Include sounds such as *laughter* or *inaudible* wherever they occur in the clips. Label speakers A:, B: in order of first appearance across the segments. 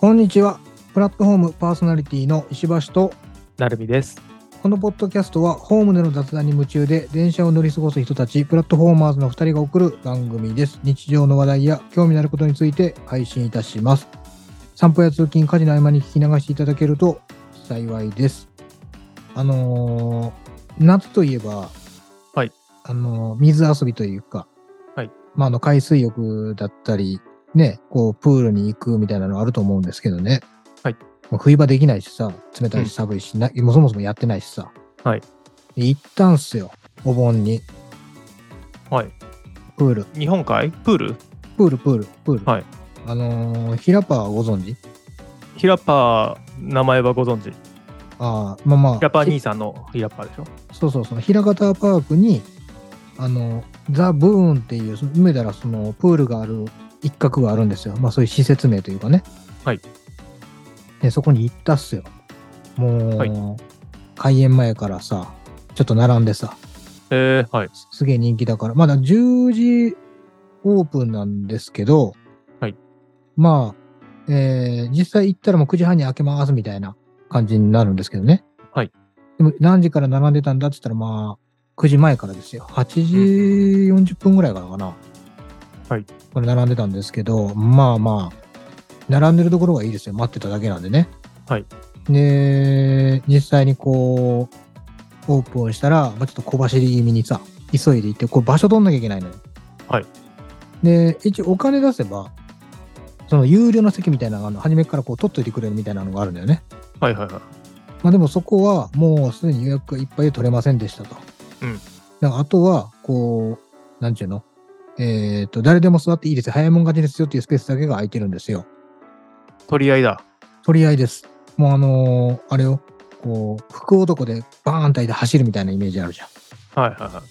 A: こんにちは。プラットフォームパーソナリティの石橋と、
B: なるみです。
A: このポッドキャストはホームでの雑談に夢中で電車を乗り過ごす人たち、プラットフォーマーズの2人が送る番組です。日常の話題や興味のあることについて配信いたします。散歩や通勤、家事の合間に聞き流していただけると幸いです。あのー夏といえば、
B: はい
A: あのー水遊びというか、
B: はい
A: まあ、あの海水浴だったり、ね、こうプールに行くみたいなのあると思うんですけどね。
B: はい
A: もう冬場できないしさ、冷たい
B: うん
A: し寒いし、なもうそもそもやってないしさ。
B: はい
A: で。行ったんすよ、お盆に。
B: はい。
A: プール、
B: 日本海プール
A: プール、プール、プール。
B: はい。
A: あのー、ヒラパーご存知
B: ヒラパー、名前はご存知。ヒ
A: ああ、まあまあ。
B: ラパー兄さんのヒラパーでしょ
A: そうそう、その平方パークに、あの、ザ・ブーンっていう、その埋めたらそのプールがある一角があるんですよ。まあそういう施設名というかね。
B: はい。
A: で、そこに行ったっすよ。もう、
B: はい
A: 開園前からさ、ちょっと並んでさ、
B: えー、はい。
A: すすげえ人気だから、まだ10時オープンなんですけど、
B: はい。
A: まあ、えー実際行ったらもう9時半に開けますみたいな感じになるんですけどね。
B: はい。
A: でも何時から並んでたんだって言ったら、まあ、9時前からですよ。8時40分ぐらいからかな。
B: はい。
A: これ並んでたんですけど、まあまあ、並んでるところがいいですよ。待ってただけなんでね。
B: はい。
A: で、実際にこう、オープンしたら、まあ、ちょっと小走り気味にさ、急いで行って、これ場所取んなきゃいけないのよ。
B: はい。
A: で、一応お金出せば、その有料の席みたいなのがあるの、初めからこう取っといてくれるみたいなのがあるんだよね。
B: はいはいはい。
A: まあでもそこはもうすでに予約がいっぱいで取れませんでしたと。
B: うん。
A: だからあとは、こう、なんちゅうのえっ、と、誰でも座っていいですよ。早いもん勝ちですよっていうスペースだけが空いてるんですよ。
B: 取り合いだ。
A: 取り合いです。もうあのーあれよ、こう、服男でバーンといて走るみたいなイメージあるじゃん。
B: はいはいは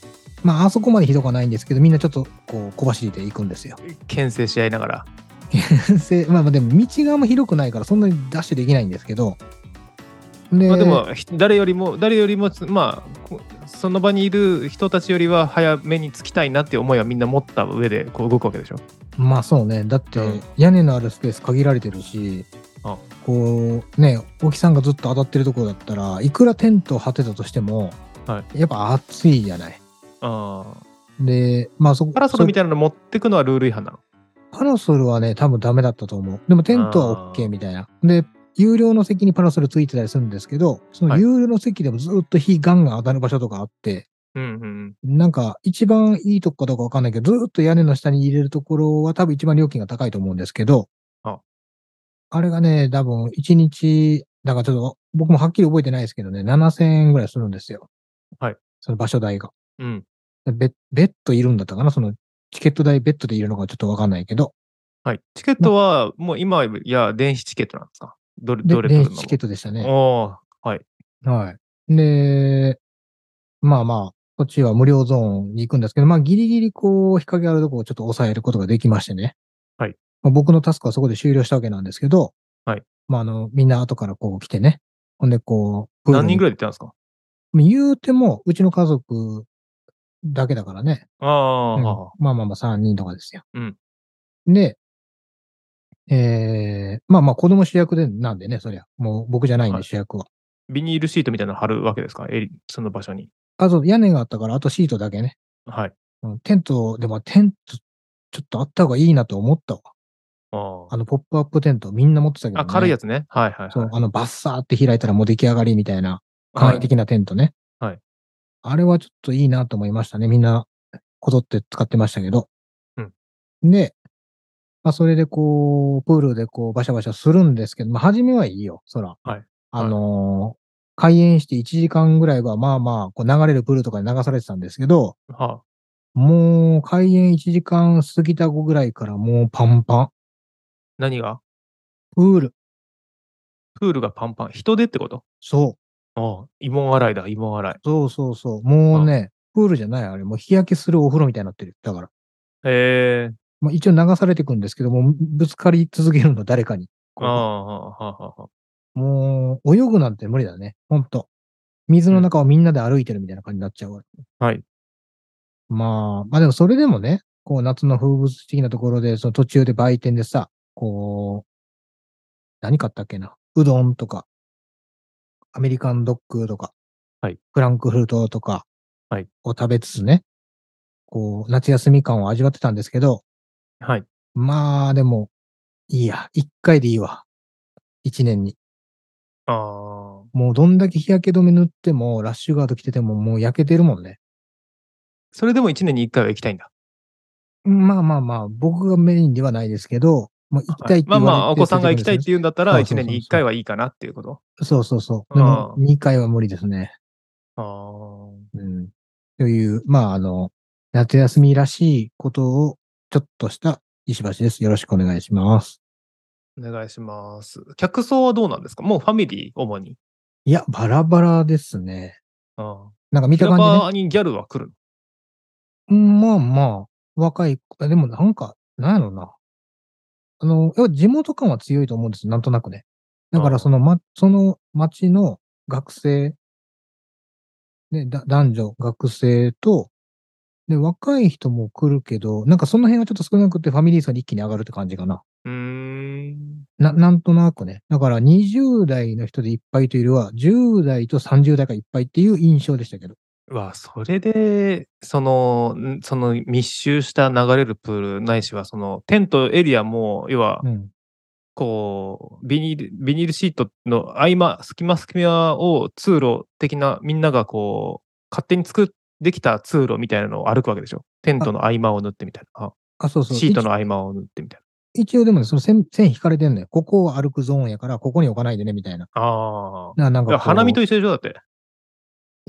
A: まあ、あそこまでひどくはないんですけど、みんなちょっとこう小走りで行くんですよ。
B: い。牽制し合いながら。
A: せ *laughs* まあまあでも道側も広くないからそんなにダッシュできないんですけど。で
B: まあでも、ひ誰よりも、誰よりもつ、まあ、こその場にいる人たちよりは早めに着きたいなっていう思いはみんな持った上でこう動くわけでしょ。
A: まあそうね。だって
B: うん
A: 屋根のあるスペース限られてるし、
B: あ
A: こうね、大木さんがずっと当たってるところだったらいくらテントを張ってたとしても、
B: は
A: やっぱ暑いじゃない。
B: ああ。
A: で、まあそこ
B: パラソルみたいなの持ってくのはルール違反なの。
A: パラソルはね、多分ダメだったと思う。でもテントは
B: あ
A: OK
B: ー
A: みたいな。で、有料の席にパラソルついてたりするんですけど、その
B: はい
A: 有料の席でもずっと火ガンガン当たる場所とかあって、
B: うんうんうん。
A: なんか一番いいとこかどうかわかんないけど、ずっと屋根の下に入れるところは多分一番料金が高いと思うんですけど、
B: あ
A: あれがね、多分1日、だからちょっと僕もはっきり覚えてないですけどね、7000円ぐらいするんですよ。
B: はい。
A: その場所代が。
B: うん。
A: ベベッドいるんだったかなそのチケット代ベッドでいるのかちょっとわかんないけど、
B: はい。チケットはもう今や電子チケットなんですかどれ、
A: で
B: どれ取
A: 電
B: る
A: 子チケットでしたね。
B: おおはい。
A: はい。で、まあまあ、こっちは無料ゾーンに行くんですけど、まあギリギリこう、日陰あるとこをちょっと抑えることができましてね。
B: はい。
A: まあ、僕のタスクはそこで終了したわけなんですけど、
B: はい。
A: まああの、みんな後からこう来てね。ほんでこう、プール
B: 何
A: に
B: 人ぐらいで行ったんですか
A: 言うても、うちの家族だけだからね。
B: ああ、
A: うん
B: は
A: まあまあまあ3人とかですよ。
B: うん
A: で、えー、まあまあ子供主役で、なんでね、そりゃ。もう僕じゃないん
B: は
A: で
B: い
A: 主役は。
B: ビニールシートみたいなの貼るわけですかえりその場所に。
A: あと屋根があったから、あとシートだけね。
B: はい。
A: うんテント、でもテント、ちょっとあった方がいいなと思ったわ。
B: あ
A: あ
B: あ
A: の、ポップアップテントみんな持ってたけど、ね。
B: あ、軽いやつね。はいはい
A: そ
B: は
A: う
B: い。、
A: あの、バッサーって開いたらもう出来上がりみたいな、簡
B: は
A: 易
B: い、
A: 的なテントね。
B: はい
A: あれはちょっといいなと思いましたね。みんな、こぞって使ってましたけど。
B: うん
A: で、まあ、それでこう、プールでこう、バシャバシャするんですけど、まあ、初めはいいよ、そら。
B: はい
A: あのー開園して1時間ぐらいは、まあまあ、こう流れるプールとかに流されてたんですけど、
B: は
A: もう開園1時間過ぎた後ぐらいからもうパンパン。
B: 何が
A: プール。
B: プールがパンパン。人手ってこと
A: そう。
B: ああ、慰問洗いだ、慰問洗い。
A: そうそうそう。もうね、プールじゃないあれ。もう日焼けするお風呂みたいになってる。だから。
B: へえ。
A: まあ、一応流されていくんですけども、ぶつかり続けるの、誰かに。
B: ああ、はあ、はあ、は
A: もう、泳ぐなんて無理だね。ほんと。水の中をみんなで歩いてるみたいな感じになっちゃうわ。
B: あ。はい。
A: まあ、まあでもそれでもね、こう夏の風物的なところで、その途中で売店でさ、こ何買ったっけなうどんとか、アメリカンドッグとか、
B: はい
A: フランクフルトとか
B: はい
A: を食べつつね、こう、夏休み感を味わってたんですけど、
B: はい。
A: まあ、でも、いいや、一回でいいわ。一年に。
B: ああ。
A: もうどんだけ日焼け止め塗っても、ラッシュガード着ててももう焼けてるもんね。
B: それでも1年に1回は行きたいんだ。
A: まあまあまあ、僕がメインではないですけど、もう行きたいって
B: まあ
A: 言われて、
B: まあ、お子さんが行きたいっ
A: いう。
B: て言うんだった
A: そ
B: ら、
A: うそう
B: 1
A: そう
B: 年に1回はいいかなっていうこと。
A: そうそうそう。
B: うん
A: でも、2回は無理ですね。
B: ああ。
A: うん。という、まあ、あの、夏休みらしいことを、ちょっとした石橋です。よろしくお願いします。
B: お願いします。客層はどうなんですかもうファミリー、主に。
A: いや、バラバラですね。
B: ああ。
A: なんか見た
B: 平
A: 感じね。
B: 場にギャルは来る
A: うんまあまあ、若い子、でもなんか、なんやろうな。あの、要は地元感は強いと思うんですよなんとなくね。だか
B: あ
A: ら
B: あ
A: その、ま、その町の学生、ね、だ男女、学生と、で、若い人も来るけど、なんかその辺はちょっと少なくてファミリー層に一気に上がるって感じかな。
B: の。うーん。
A: な、なんとなくね。だから20代の人でいっぱいというよりは、10代と30代がいっぱいっていう印象でしたけど。
B: うわ、それで、その、んその密集した流れるプール、ないしは、その、テントエリアも、要は
A: う、ん。
B: こう、ビニール、ビニールシートの合間、隙間隙間を通路的な、みんながこう、勝手に作ってきた通路みたいなのを歩くわけでしょ。テントの合間を縫ってみたいな。
A: あ、そうそう。
B: シートの合間を縫ってみたい
A: 一応でもね、その線、線引かれてんのよ。ここを歩くゾーンやから、ここに置かないでね、みたいな。
B: な。あ
A: ななん
B: あ。
A: か
B: 花見と
A: 一
B: 一緒でしょだって。
A: 緒。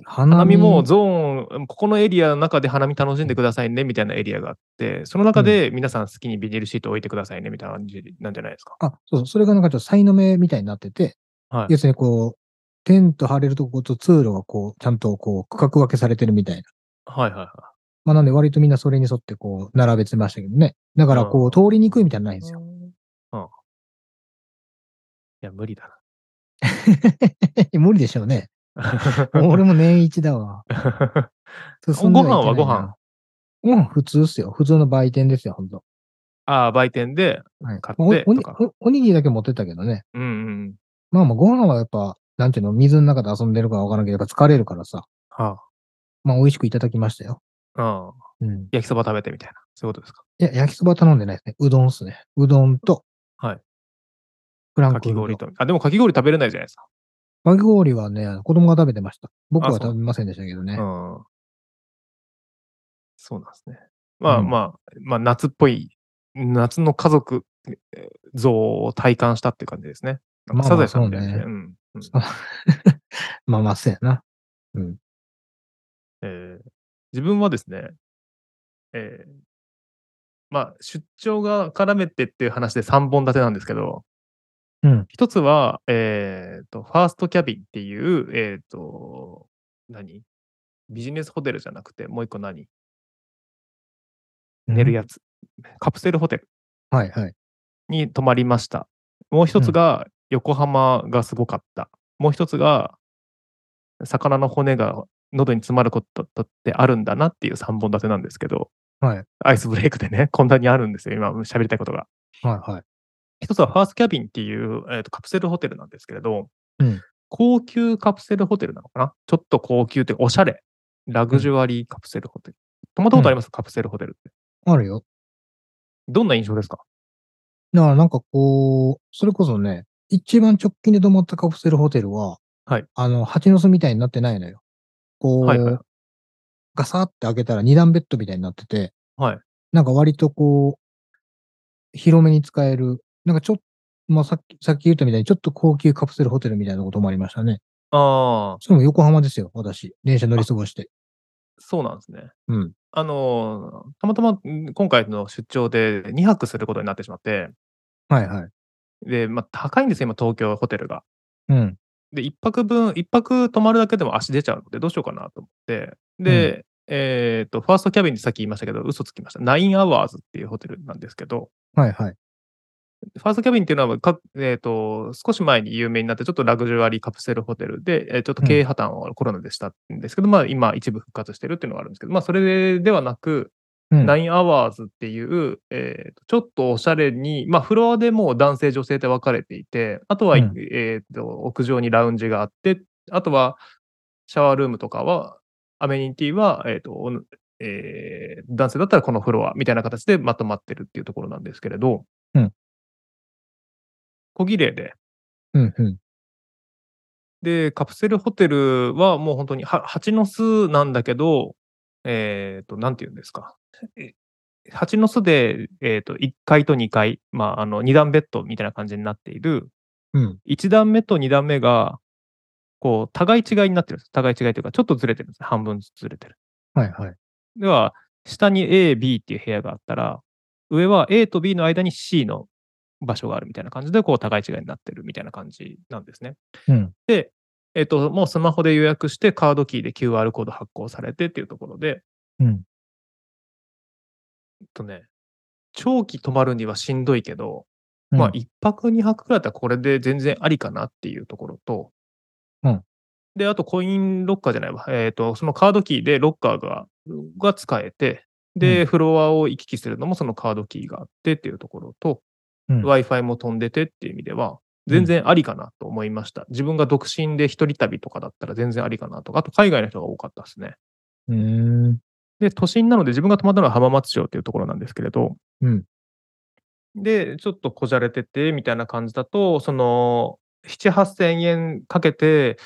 A: 花見
B: 花見もゾーン、ここのエリアの中で花見楽しんでくださいねみたいなエリアがあって、その中で皆さん好きにビニールシート置いてくださいねみたいな感じなんじゃないですか。
A: あ、そうそう。それがなんかちょっと才の目みたいになってて、
B: はい
A: 要するにこう、テント張れるとこと通路がこう、ちゃんとこう、区画分けされてるみたいな。
B: はいはいは
A: まあなんで割とみんなそれに沿ってこう、並べてましたけどね。だからこ
B: う
A: う、
B: ん
A: 通りにくいみたいなのないんですよ。
B: うん。いや、無理だな。
A: 無理でしょう
B: *laughs*
A: ね。
B: も
A: 俺も年一だ
B: *laughs*
A: わ。進んでいけないな
B: ご飯はご飯
A: ご飯普通っすよ。普通の売店ですよ、ほんと。
B: *laughs* ああ、売店で、
A: はい
B: 買って
A: おおに
B: とか
A: おおにぎりだけ持ってったけどね。
B: うんうん。
A: まあまあ、ご飯はやっぱ、なんていうの、水の中で遊んでるからわからんけど、やっぱ疲れるからさ、
B: は
A: まあ、美味しくいただきましたよ。
B: あ、うん。
A: うん。
B: 焼きそば食べてみたいな。そういうことですか。
A: いや、焼きそば頼んでないですね。うどんっすね。うどんと、
B: はい。
A: フラン
B: か
A: ク
B: き
A: フル
B: 氷
A: ト。
B: と。あ、でもかき氷食べれないじゃないですか。
A: かき氷はね、子供が食べてました。僕は
B: あそう
A: 食べませんでしたけどね。
B: うん。そうなんですね。まあ、
A: うん
B: まあ、まあ、夏っぽい、夏の家族えー像を体感したっていう感じですね。なんか
A: まあま
B: サザ
A: あ
B: エさんみたいですね。
A: そ
B: うんうん
A: まあまあ、そうやな。
B: えー自分はですね、えーまあ、出張が絡めてっていう話で3本立てなんですけど、
A: うん
B: 一つは、えーと、ファーストキャビンっていう、えーと、何ビジネスホテルじゃなくて、もう一個何寝るやつ。カプセルホテル
A: うん。はいはい。
B: に泊まりました。もう一つが、横浜がすごかった。もう一つが、魚の骨が喉に詰まることってあるんだなっていう3本立てなんですけど、
A: はい
B: アイスブレイクでね、こんなにあるんですよ、今喋りたいことが。
A: はいはい。
B: 一つはファーストキャビンっていう、えーとカプセルホテルなんですけれど、
A: うん
B: 高級カプセルホテルなのかなちょっと高級っていうかおしゃれ。ラグジュアリーカプセルホテル。泊まったことあります、カプセルホテルって。
A: あるよ。
B: どんな印象ですか
A: だからなんかこう、それこそね、一番直近で泊まったカプセルホテルは、
B: はい
A: あの、蜂の巣みたいになってないのよ。こう、
B: はいはい
A: ガサって開けたら二段ベッドみたいになってて、
B: はい
A: なんか割とこう、広めに使える、なんかちょっと、まあ、さっき、さっき言ったみたいに、ちょっと高級カプセルホテルみたいなこともありましたね。
B: ああ、
A: それも横浜ですよ、私。電車乗り過ごして。
B: そうなんですね。
A: うん。
B: あのー、たまたまん今回の出張で2泊することになってしまって、
A: はいはい。
B: で、まあ、高いんですよ、今、東京ホテルが。
A: うん。
B: で、1泊分、1泊泊まるだけでも足出ちゃうので、どうしようかなと思って、で、えっ、と、ファーストキャビンってさっき言いましたけど、嘘つきました。9アワーズっていうホテルなんですけど、
A: はいはい。
B: ファーストキャビンっていうのはか、えっと少し前に有名になって、ちょっとラグジュアリーカプセルホテルで、えーちょっと経営破綻をコロナでしたんですけど、まあ今一部復活してるっていうのがあるんですけど、まあそれではなく、
A: うん
B: ナインアワーズっていう、えーとちょっとおしゃれに、まあ、フロアでもう男性、女性で分かれていて、あとは、
A: うん
B: えーと屋上にラウンジがあって、あとはシャワールームとかは、アメニティは、えーとおんえー男性だったらこのフロアみたいな形でまとまってるっていうところなんですけれど、
A: うん
B: 小綺麗で、
A: うんうん。
B: で、カプセルホテルはもう本当には蜂の巣なんだけど、えっ、と、なんて言うんですか。え蜂の巣で、えっと1階と2階、まあ、あの2段ベッドみたいな感じになっている、
A: うん。
B: 1段目と2段目が、こう、互い違いになってるんです。互い違いというか、ちょっとずれてるんです。半分ずつずれてる。
A: はいはい。
B: では、下に A、B っていう部屋があったら、上は A と B の間に C の場所があるみたいな感じで、こう、互い違いになってるみたいな感じなんですね。
A: うん。
B: で、えっと、もうスマホで予約して、カードキーで QR コード発行されてっていうところで、
A: うん。
B: えっとね、長期泊まるにはしんどいけど、
A: うん
B: まあ、1泊2泊くらいだったらこれで全然ありかなっていうところと、
A: うん
B: で、あとコインロッカーじゃないわ、えっと、そのカードキーでロッカーがが使えて、で、フロアを行き来するのもそのカードキーがあってっていうところと、
A: うん
B: Wi-Fi も飛んでてっていう意味では、全然ありかなと思いました。自分が独身で一人旅とかだったら全然ありかなとか、あと海外の人が多かったですね。
A: うーん。
B: で、都心なので自分が泊まったのは浜松町っていうところなんですけれど、
A: うん
B: で、ちょっとこじゃれててみたいな感じだと、その、7、8千円かけて、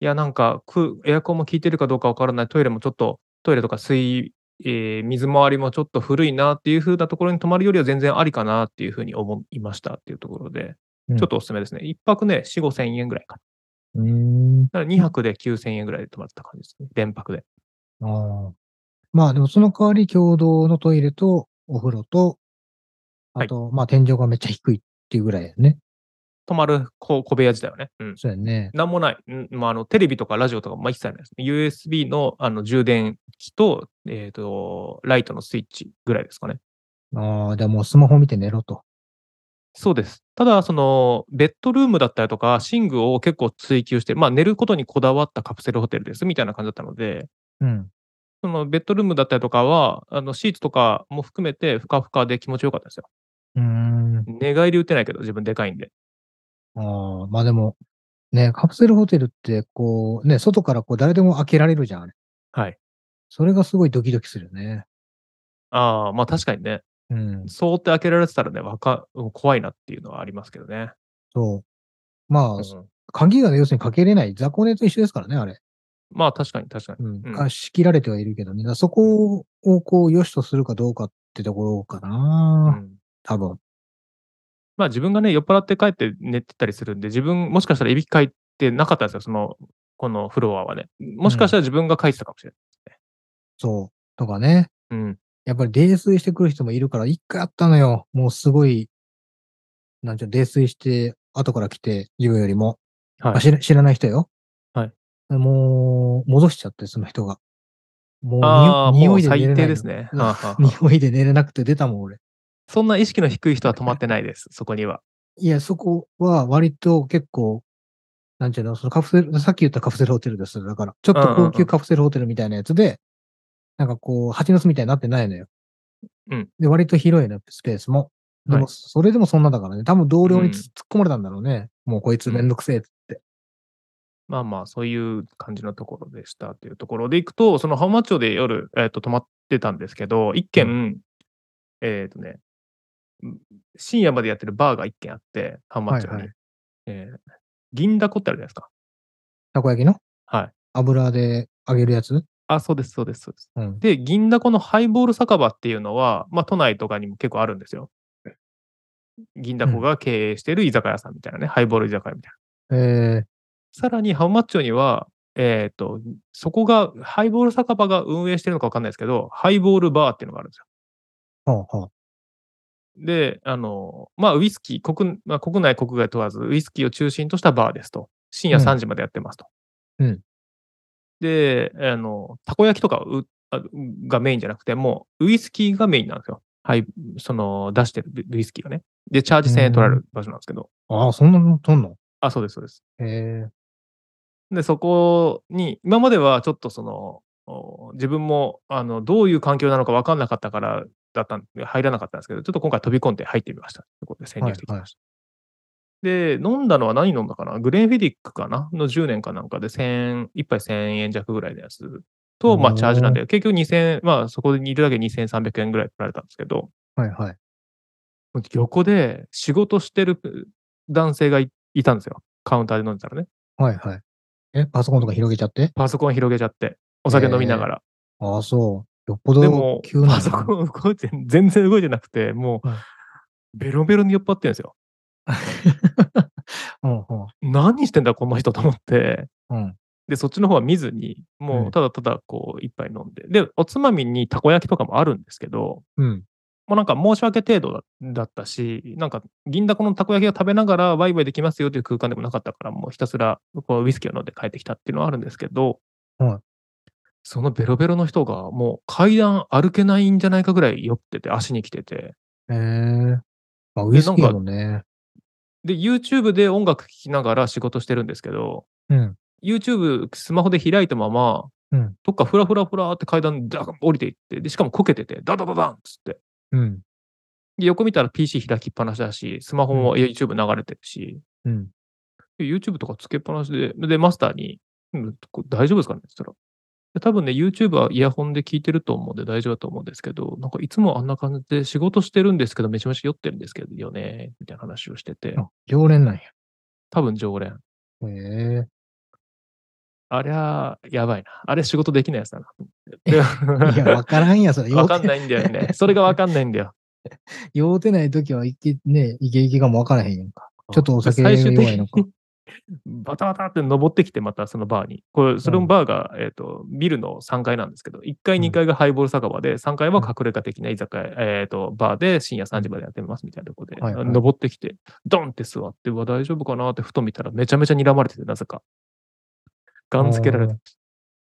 B: いや、なんか、くエアコンも効いてるかどうかわからない、トイレもちょっと、トイレとか水、えー水回りもちょっと古いなっていう風なところに泊まるよりは全然ありかなっていう風に思いましたっていうところで、
A: うん
B: ちょっとおすすめですね。一泊ね、4、5千円ぐらいか
A: うーん。
B: な。だから2泊で9千円ぐらいで泊まった感じですね。連泊で。
A: ああ。まあでもその代わり共同のトイレとお風呂と、あと、まあ天井がめっちゃ低いっていうぐらいだよね。
B: 泊まる小小部屋自体はね。うん。
A: そうやね。
B: なんもない。うんまあ、あのテレビとかラジオとかも一切ないです。USB のあの充電器と,、えー、と、ライトのスイッチぐらいですかね。
A: ああ、じゃあもうスマホ見て寝ろと。
B: そうです。ただ、その、ベッドルームだったりとか、寝具を結構追求して、まあ、寝ることにこだわったカプセルホテルですみたいな感じだったので、
A: うん。
B: そのベッドルームだったりとかは、あのシーツとかも含めて、ふかふかで気持ちよかったですよ。
A: うーん。
B: 寝返り打てないけど、自分でかいんで。
A: ああ、まあでも、ね、カプセルホテルって、こう、ね、外からこう誰でも開けられるじゃん、あれ。
B: はい。
A: それがすごいドキドキするよね。
B: ああ、まあ確かにね、
A: うん。
B: そうって開けられてたらね、わか怖いなっていうのはありますけどね。
A: そう。まあ、
B: うん
A: 鍵がね要するにかけれない雑魚寝と一緒ですからね、あれ。
B: まあ確かに確かに。
A: うん。
B: うん
A: が仕切られてはいるけどね。だからそこをこう、良しとするかどうかってところか
B: う
A: な、
B: ん
A: 多分。
B: まあ自分がね、酔っ払って帰って寝てたりするんで、自分、もしかしたらいびきかいてなかったんですよ、その、このフロアはね。もしかしたら自分が書いてたかもしれ
A: そう。とかね。
B: ない。うん。
A: やっぱり泥酔してくる人もいるから、一回あったのよ。もうすごい、なんちゅうの、泥酔して、後から来て、自分よりも。
B: はい
A: あ知ら知らない人よ。
B: はい。
A: もう、戻しちゃって、その人が。もう
B: ああ、
A: にお、
B: も
A: 匂
B: う
A: いで寝れな
B: 最
A: い。
B: 低です。ね。
A: *laughs*
B: はあはあはあ
A: 匂いで寝れなくて出たもん、俺。
B: そんな意識の低い人は止まってないです、そこには。
A: いや、そこは割と結構、なんちゅうの、そのカプセル、さっき言ったカプセルホテルです。だから、ちょっと
B: うんうんう
A: 高
B: ん
A: 級カプセルホテルみたいなやつで、なんかこう、蜂の巣みたいになってないのよ。
B: うん。
A: で、割と広いのよ、スペースも。で
B: は
A: も、
B: い
A: それでもそんなだからね、多分同僚につ
B: うん
A: 突っ込まれたんだろうね。もうこいつめんどくせえっつって。
B: まあまあ、そういう感じのところでしたっていうところでいくと、その浜松町で夜、えっと泊まってたんですけど、一軒、
A: う
B: えっ、とね、うん深夜までやってるバーが一軒あって、浜松町に。
A: はいはい
B: えー銀だこってあるじゃないですか。
A: たこ焼きの
B: はい。
A: 油で揚げるやつ
B: あ、そうです、そうです、そうです。
A: うん。
B: で、銀だこのハイボール酒場っていうのは、まあ、都内とかにも結構あるんですよ。銀だこが経営してる居酒屋さんみたいなね、ハイボール居酒屋みたいな。
A: えー、
B: さらに、浜松町には、えっ、と、そこが、ハイボール酒場が運営してるのか分かんないですけど、ハイボールバーっていうのがあるんですよ。
A: はあはあ。
B: で、あの、まあ、ウイスキー、国,、まあ、国内、国外問わず、ウイスキーを中心としたバーですと。深夜
A: うん
B: 3時までやってますと。
A: うん
B: で、あの、たこ焼きとかうあがメインじゃなくて、もう、ウイスキーがメインなんですよ。はい、その、出してるウイスキーがね。で、チャージ1000円取られる場所なんですけど。
A: ああ、そんなのとんの
B: あ、そうです、そうです。
A: えー、
B: で、そこに、今まではちょっとその、お自分もあのどういう環境なのか分かんなかったからだったんで入らなかったんですけど、ちょっと今回飛び込んで入ってみました。ということで潜入してきました。で、飲んだのは何飲んだかなグレンフィディックかなの10年かなんかで1000、1杯1000円弱ぐらいのやつと、まあ
A: おー
B: チャージなんで、結局2000、まあそこにいるだけで2300円ぐらい取られたんですけど、
A: はいはい。
B: 横で仕事してる男性がいいたんですよ。カウンターで飲んでたらね。
A: はいはい。え、パソコンとか広げちゃって
B: パソコン広げちゃって、お酒飲みながら。
A: ああ、そう。よっぽど
B: でも
A: 急、な
B: パ
A: んだ
B: ソ
A: な
B: コン動いて、全然動いてなくて、もう
A: はい、
B: ベロベロに酔っ払ってるんですよ。
A: うんうん
B: 何してんだ、この人と思って。
A: うん。
B: で、そっちの方は見ずに、
A: う
B: も
A: ん
B: うただただこう、一杯飲んで。で、おつまみにたこ焼きとかもあるんですけど、
A: うん。
B: もうなんか申し訳程度だだったし、なんか銀だこのたこ焼きを食べながらワイワイできますよという空間でもなかったから、もうひたすらこうウイスキーを飲んで帰ってきたっていうのはあるんですけど、
A: はい
B: そのベロベロの人がもう階段歩けないんじゃないかぐらい酔ってて、足に来てて、
A: ええまあ、ウイスキーもね。
B: で、YouTube で音楽聴きながら仕事してるんですけど、
A: うん。
B: YouTube スマホで開いたまま、
A: うん
B: どっかフラフラフラって階段ダーン降りていって、で、しかもこけてて、ダダダダンっつって。
A: うん。
B: で横見たら PC 開きっぱなしだし、スマホも YouTube 流れてるし、
A: うん。
B: で YouTube とかつけっぱなしで、で、マスターに、うんこ大丈夫ですかねって言ったら。で多分ね、YouTube はイヤホンで聞いてると思うんで大丈夫だと思うんですけど、なんかいつもあんな感じで仕事してるんですけど、めちゃめちゃ酔ってるんですけどよね、みたいな話をしてて、
A: あ常連なんや。
B: 多分常連。
A: ええ
B: ありゃ、やばいな。あれ仕事できないやつだな。 *laughs*
A: いや、わからんや、それ。
B: わかん
A: い。
B: ないんだよね。それがわかんないんだよ。
A: 酔うてない時は、いけ、ね、いけいけがもわからへんやんか。 *laughs* ちょっとお酒が
B: 最終的
A: 弱いの
B: に
A: か。
B: *laughs* バタバタって登ってきて、またそのバーに。これ、それもバーが、えっ、と、ビルの3階なんですけど、1階、
A: うん
B: 2階がハイボール酒場で、3階は隠れ家的な居酒屋、えっ、と、バーで深夜3時までやってますみたいなところで、
A: はいはい
B: 登ってきて、ドンって座って、うわ、大丈夫かなってふと見たら、めちゃめちゃ睨まれてて、なぜか。ガンつけられて、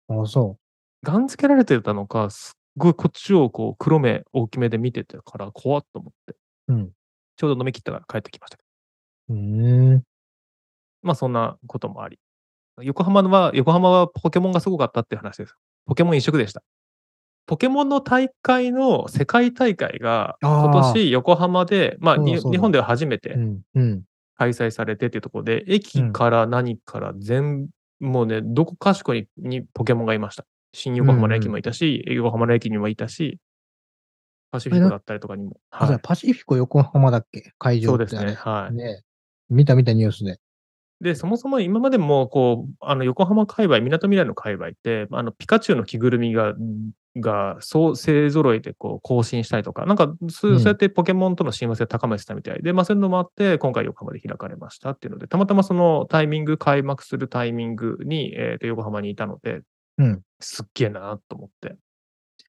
A: ああ、そ
B: ガンつけられてたのか、すっごいこっちをこう、黒目大きめで見てたから、怖っと思って、
A: う。うん。
B: ちょうど飲み切ったから帰ってきました。
A: うーん。
B: まあそんなこともあり。横浜は、横浜はポケモンがすごかったっていう話です。ポケモン一色でした。ポケモンの大会の世界大会が
A: あー
B: 今年横浜で、まあ
A: そうだ
B: に
A: そうだ
B: 日本では初めて
A: うん。うん。
B: 開催されてっていうところで、駅から何から全、もうね、どこかしこににポケモンがいました。新横浜の駅もいたし、横浜の駅にもいたし、パシフィックだったりとかにも。
A: あそ
B: は
A: れパシフィコ横浜だっけ会
B: い、そ
A: 場
B: う
A: って
B: です
A: あれ
B: ね。はい。
A: ね見た見たニュースで。
B: で、そもそも今までも、こう、あの、横浜界隈、港未来の界隈って、あの、ピカチュウの着ぐるみが、が、そう、勢揃いで、こう、更新したりとか、なんか、そううんそうやってポケモンとの親和性を高めてたみたいで、まあ、そういうのもあって、今回横浜で開かれましたっていうので、たまたまそのタイミング、開幕するタイミングに、えっ、と、横浜にいたので、
A: うん。
B: すっげえなと思って。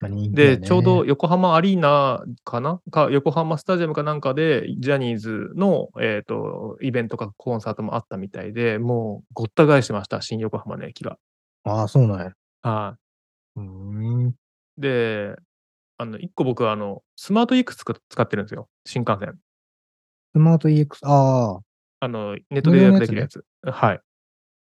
A: まあ人気やね
B: で、ちょうど、横浜アリーナかなか、横浜スタジアムかなんかで、ジャニーズの、えっ、と、イベントかコンサートもあったみたいで、もうごった返してました、新横浜の駅が。
A: ああ、そうなんや。
B: は
A: うーん。
B: い。で、あの、一個僕、あの、スマート EX 使使ってるんですよ、新幹線。
A: スマート EX、あ
B: あの、ネットで予約できるやつ。はい。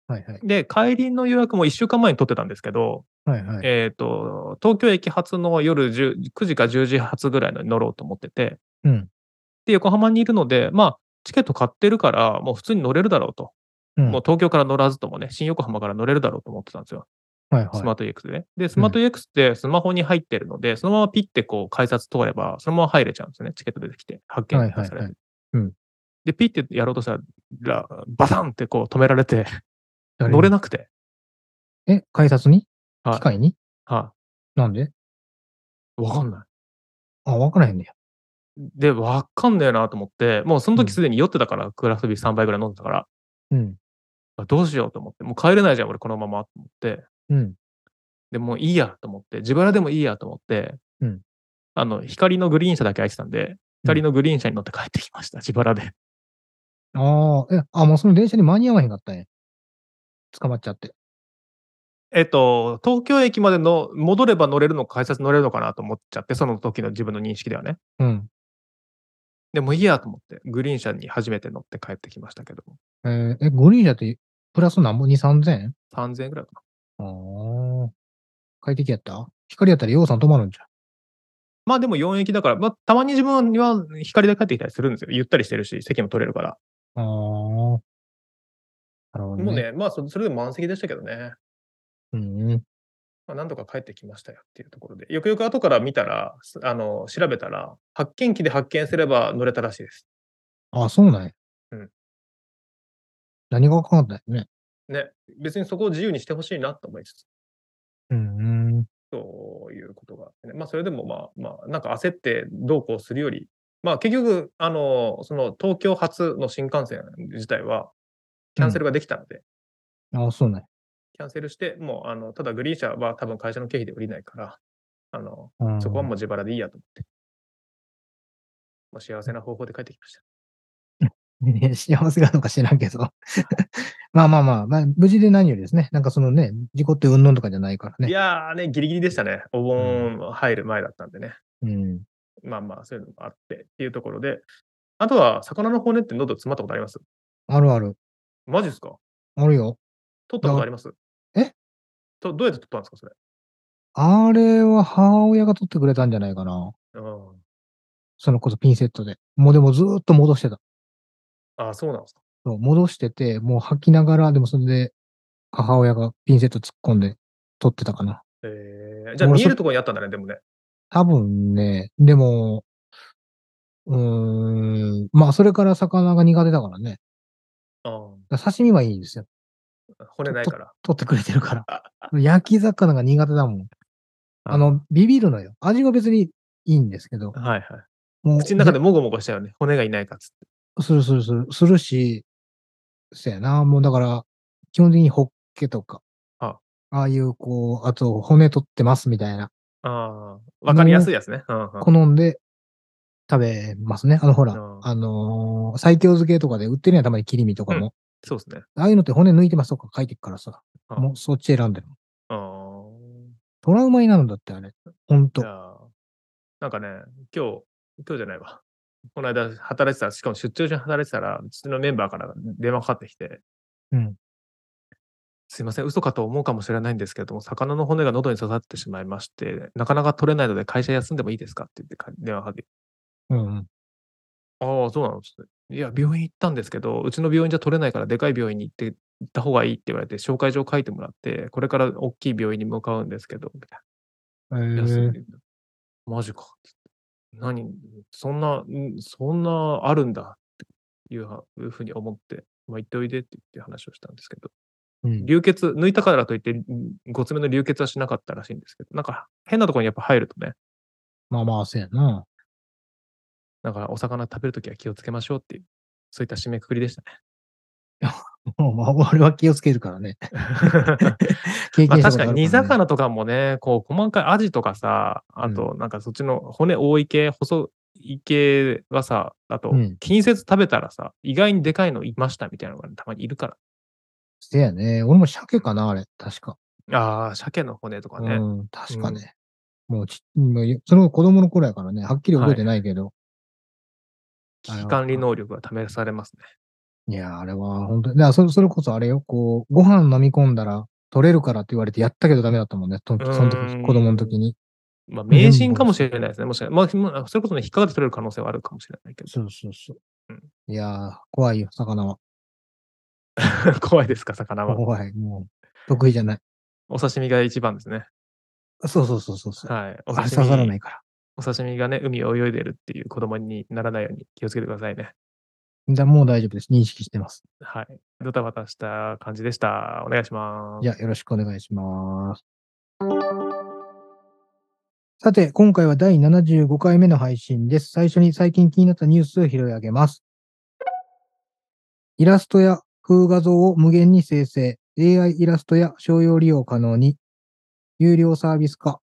A: あ、はいはい。
B: で、帰りの予約も1週間前に取ってたんですけど、
A: はいはい。
B: えっ、と、東京駅発の夜10 9時か10時発ぐらいのに乗ろうと思ってて、
A: うん。
B: で、横浜にいるので、まあ、チケット買ってるから、もう普通に乗れるだろうと。
A: うん
B: もう東京から乗らずともね、新横浜から乗れるだろうと思ってたんですよ。
A: はい
B: スマ
A: は
B: ート EX でね。で、スマート EX ってスマホに入ってるので、そのままピッてこう改札通れば、そのまま入れちゃうんですよね。チケット出てきて、発見
A: はい
B: さ
A: はい
B: れて。
A: はいうん
B: で、ピッてやろうとしたら、バサンってこう止められて、
A: い。
B: 乗れなくて。
A: え、改札に
B: はい
A: 機械に
B: は
A: なんで
B: い。わかんない。
A: あ、わからへんねや。
B: で、わかんねえなと思って、もうその時すでに酔ってたから、クラフトビール3杯ぐらい飲んでたから、
A: うん。
B: あどうしようと思って、もう帰れないじゃん、俺このままと思って。
A: うん。
B: でもういいやと思って、自腹でもいいやと思って、
A: うん
B: あの、光のグリーン車だけ空いてたんで、光のグリーン車に乗って帰ってきました、自腹で。
A: ああ、え、あ、もうその電車に間に合わへんかったんや。捕まっちゃって。
B: えっと、東京駅までの、戻れば乗れるのか、改札乗れるのかなと思っちゃって、その時の自分の認識ではね。
A: うん。
B: でもいいやと思って、グリーン車に初めて乗って帰ってきましたけど、
A: えーえ、グリーン車って、プラスなんぼ ?2、3000?
B: 3000円ぐらいか
A: ああ。快適やった光やったらようさん止まるんじゃん。
B: まあでも4駅だから、まあたまに自分は光で帰ってきたりするんですよ。ゆったりしてるし、席も取れるから。
A: あーなるほどね。
B: もうね、まあそそれでも満席でしたけどね。
A: うんうん。
B: まあ、なんとか帰ってきましたよっていうところで。よくよく後から見たら、すあの、調べたら、発見機で発見すれば乗れたらしいです。
A: あ、そうなんや。
B: うん。
A: 何が分かんないね。
B: ね。別にそこを自由にしてほしいなと思いつつ、
A: うんうん。
B: そういうことがあってね。まあ、それでもまあ、まあ、なんか焦ってどうこうするより、まあ、結局、あの、その東京発の新幹線自体は、キャンセルができたので、
A: あ、そうなんや。
B: キャンセルして、もう、あの、ただグリーン車は多分会社の経費で降りないから、あの、
A: うん
B: そこはもう自腹でいいやと思って。まあ、幸せな方法で帰ってきました。
A: *laughs* ね幸せかどうか知らんけど。 *laughs* まあまあまあ、まあ、無事で何よりですね。なんかそのね、事故って云々とかじゃないから
B: い
A: ね。
B: やーね、ギリギリでしたね。お盆入る前だったんでね。
A: うん。
B: まあまあ、そういうのもあってっていうところで。あとは、魚の骨って喉詰まったことあります
A: あるある。
B: マジですか
A: あるよ。
B: 取ったことあります
A: え
B: とどうやって取ったんですかそれ。
A: あれは母親が取ってくれたんじゃないかな。
B: うん
A: そのこそピンセットで。もうでもずーっと戻してた。
B: ああ、そうなんですか。
A: そう戻してて、もう吐きながら、でもそれで母親がピンセット突っ込んで取ってたかな。
B: えー、じゃあ
A: 俺
B: 見
A: そ
B: えるところにあったんだね、でもね。
A: 多分ね、でも、うーん、まあそれから魚が苦手だからね。
B: うん
A: だから刺身はいいんですよ。
B: 骨ないから。
A: 取ってくれてるから。焼き魚が苦手だもん。あの、ビビるのよ。味は別にいいんですけど。
B: はいはい。
A: もう
B: 口の中でもごもごしたよね。骨がいないかっつって。
A: するするする、するし、そやな、もうだから、基本的にホッケとか、
B: あ
A: ああいう、こう、あと、骨取ってますみたいな、
B: ああ、わかりやすいやつね。うんうん、
A: 好んで食べますね。あの、ほら、
B: うん
A: あのー最強漬けとかで売ってるやん、たまに切り身とかも。
B: そうですね。
A: ああいうのって骨抜いてますとか書いてくからさ、
B: あ
A: もうそっち選んでる。
B: ああ。
A: トラウマになるんだって、あれ。ほんと
B: い。やーなんかね、今日、今日じゃないわ。この間働いてた、しかも出張中に働いてたら、うちのメンバーから電話かかってきて、
A: うん。
B: すいません、嘘かと思うかもしれないんですけれども、魚の骨が喉に刺さってしまいまして、なかなか取れないので会社休んでもいいですかって言ってか電話かけて、
A: うんうん。
B: ああ、そうなのっつっていや、病院行ったんですけど、うちの病院じゃ取れないから、でかい病院に行って、行った方がいいって言われて、紹介状書いてもらって、これから大きい病院に向かうんですけど、みたいな。
A: え
B: 休ん
A: ー、
B: でんだマジかっつって。何そんな、んそんなあるんだっていうはいうふうに思って、まあ、行っておいでって言って話をしたんですけど、
A: うん、
B: 流血、抜いたからといって、んごつめの流血はしなかったらしいんですけど、なんか変なところにやっぱ入るとね、
A: まあまあ、そうやな。
B: なんかお魚食べるときは気をつけましょうっていう、そういった締めくくりでした
A: も *laughs* うまあ、俺は気をつけるから *laughs* ね。経
B: ね。まあ
A: 験したこと
B: 確か
A: あるらね
B: に煮魚とかもね、こう細かいアジとかさ、あとなんかそっちの骨多い系、細い系はさ、あと
A: うん
B: 気にせず食べたらさ、意外にでかいのいましたみたいなのがね、たまにいるか
A: せやね。俺も鮭かな、あれ。確か。
B: ら。ああ、鮭の骨とかね。
A: うん、確かね。もうち、もうその子供の頃やからね、はっきり覚えてないけど。
B: 危機管理能力が試されますね。
A: い、や、あれは本当に。だからそれ、それこそあれよ、こう、ご飯飲み込んだら取れるからって言われてやったけどダメだったもんね。と
B: ーん
A: その時、子供の時に。
B: まあ迷信かもしれないですね。もしかまあ、まあそれこそね、引っかかって取れる可能性はあるかもしれないけ
A: そうそうそう
B: うん。
A: いやー、怖いよ、魚は。
B: ど。怖いですか、魚は。
A: 怖い。もう、得意じゃない。
B: お刺身が一番ですね。
A: そうそうそうそうそう。
B: はい。お
A: あれ刺さら
B: 刺
A: な
B: 身
A: いから。
B: お刺身がね、海を泳いでるっていう子供にならないように気をつけてくださいね。
A: じゃあもう大丈夫です。認識してます。
B: はい。ドタバタした感じでした。お願いします。
A: じゃあ、よろしくお願いします。さて、今回は第75回目の配信です。最初に最近気になったニュースを拾い上げます。イラストや風画像を無限に生成。AI イラストや商用利用可能に。有料サービス化。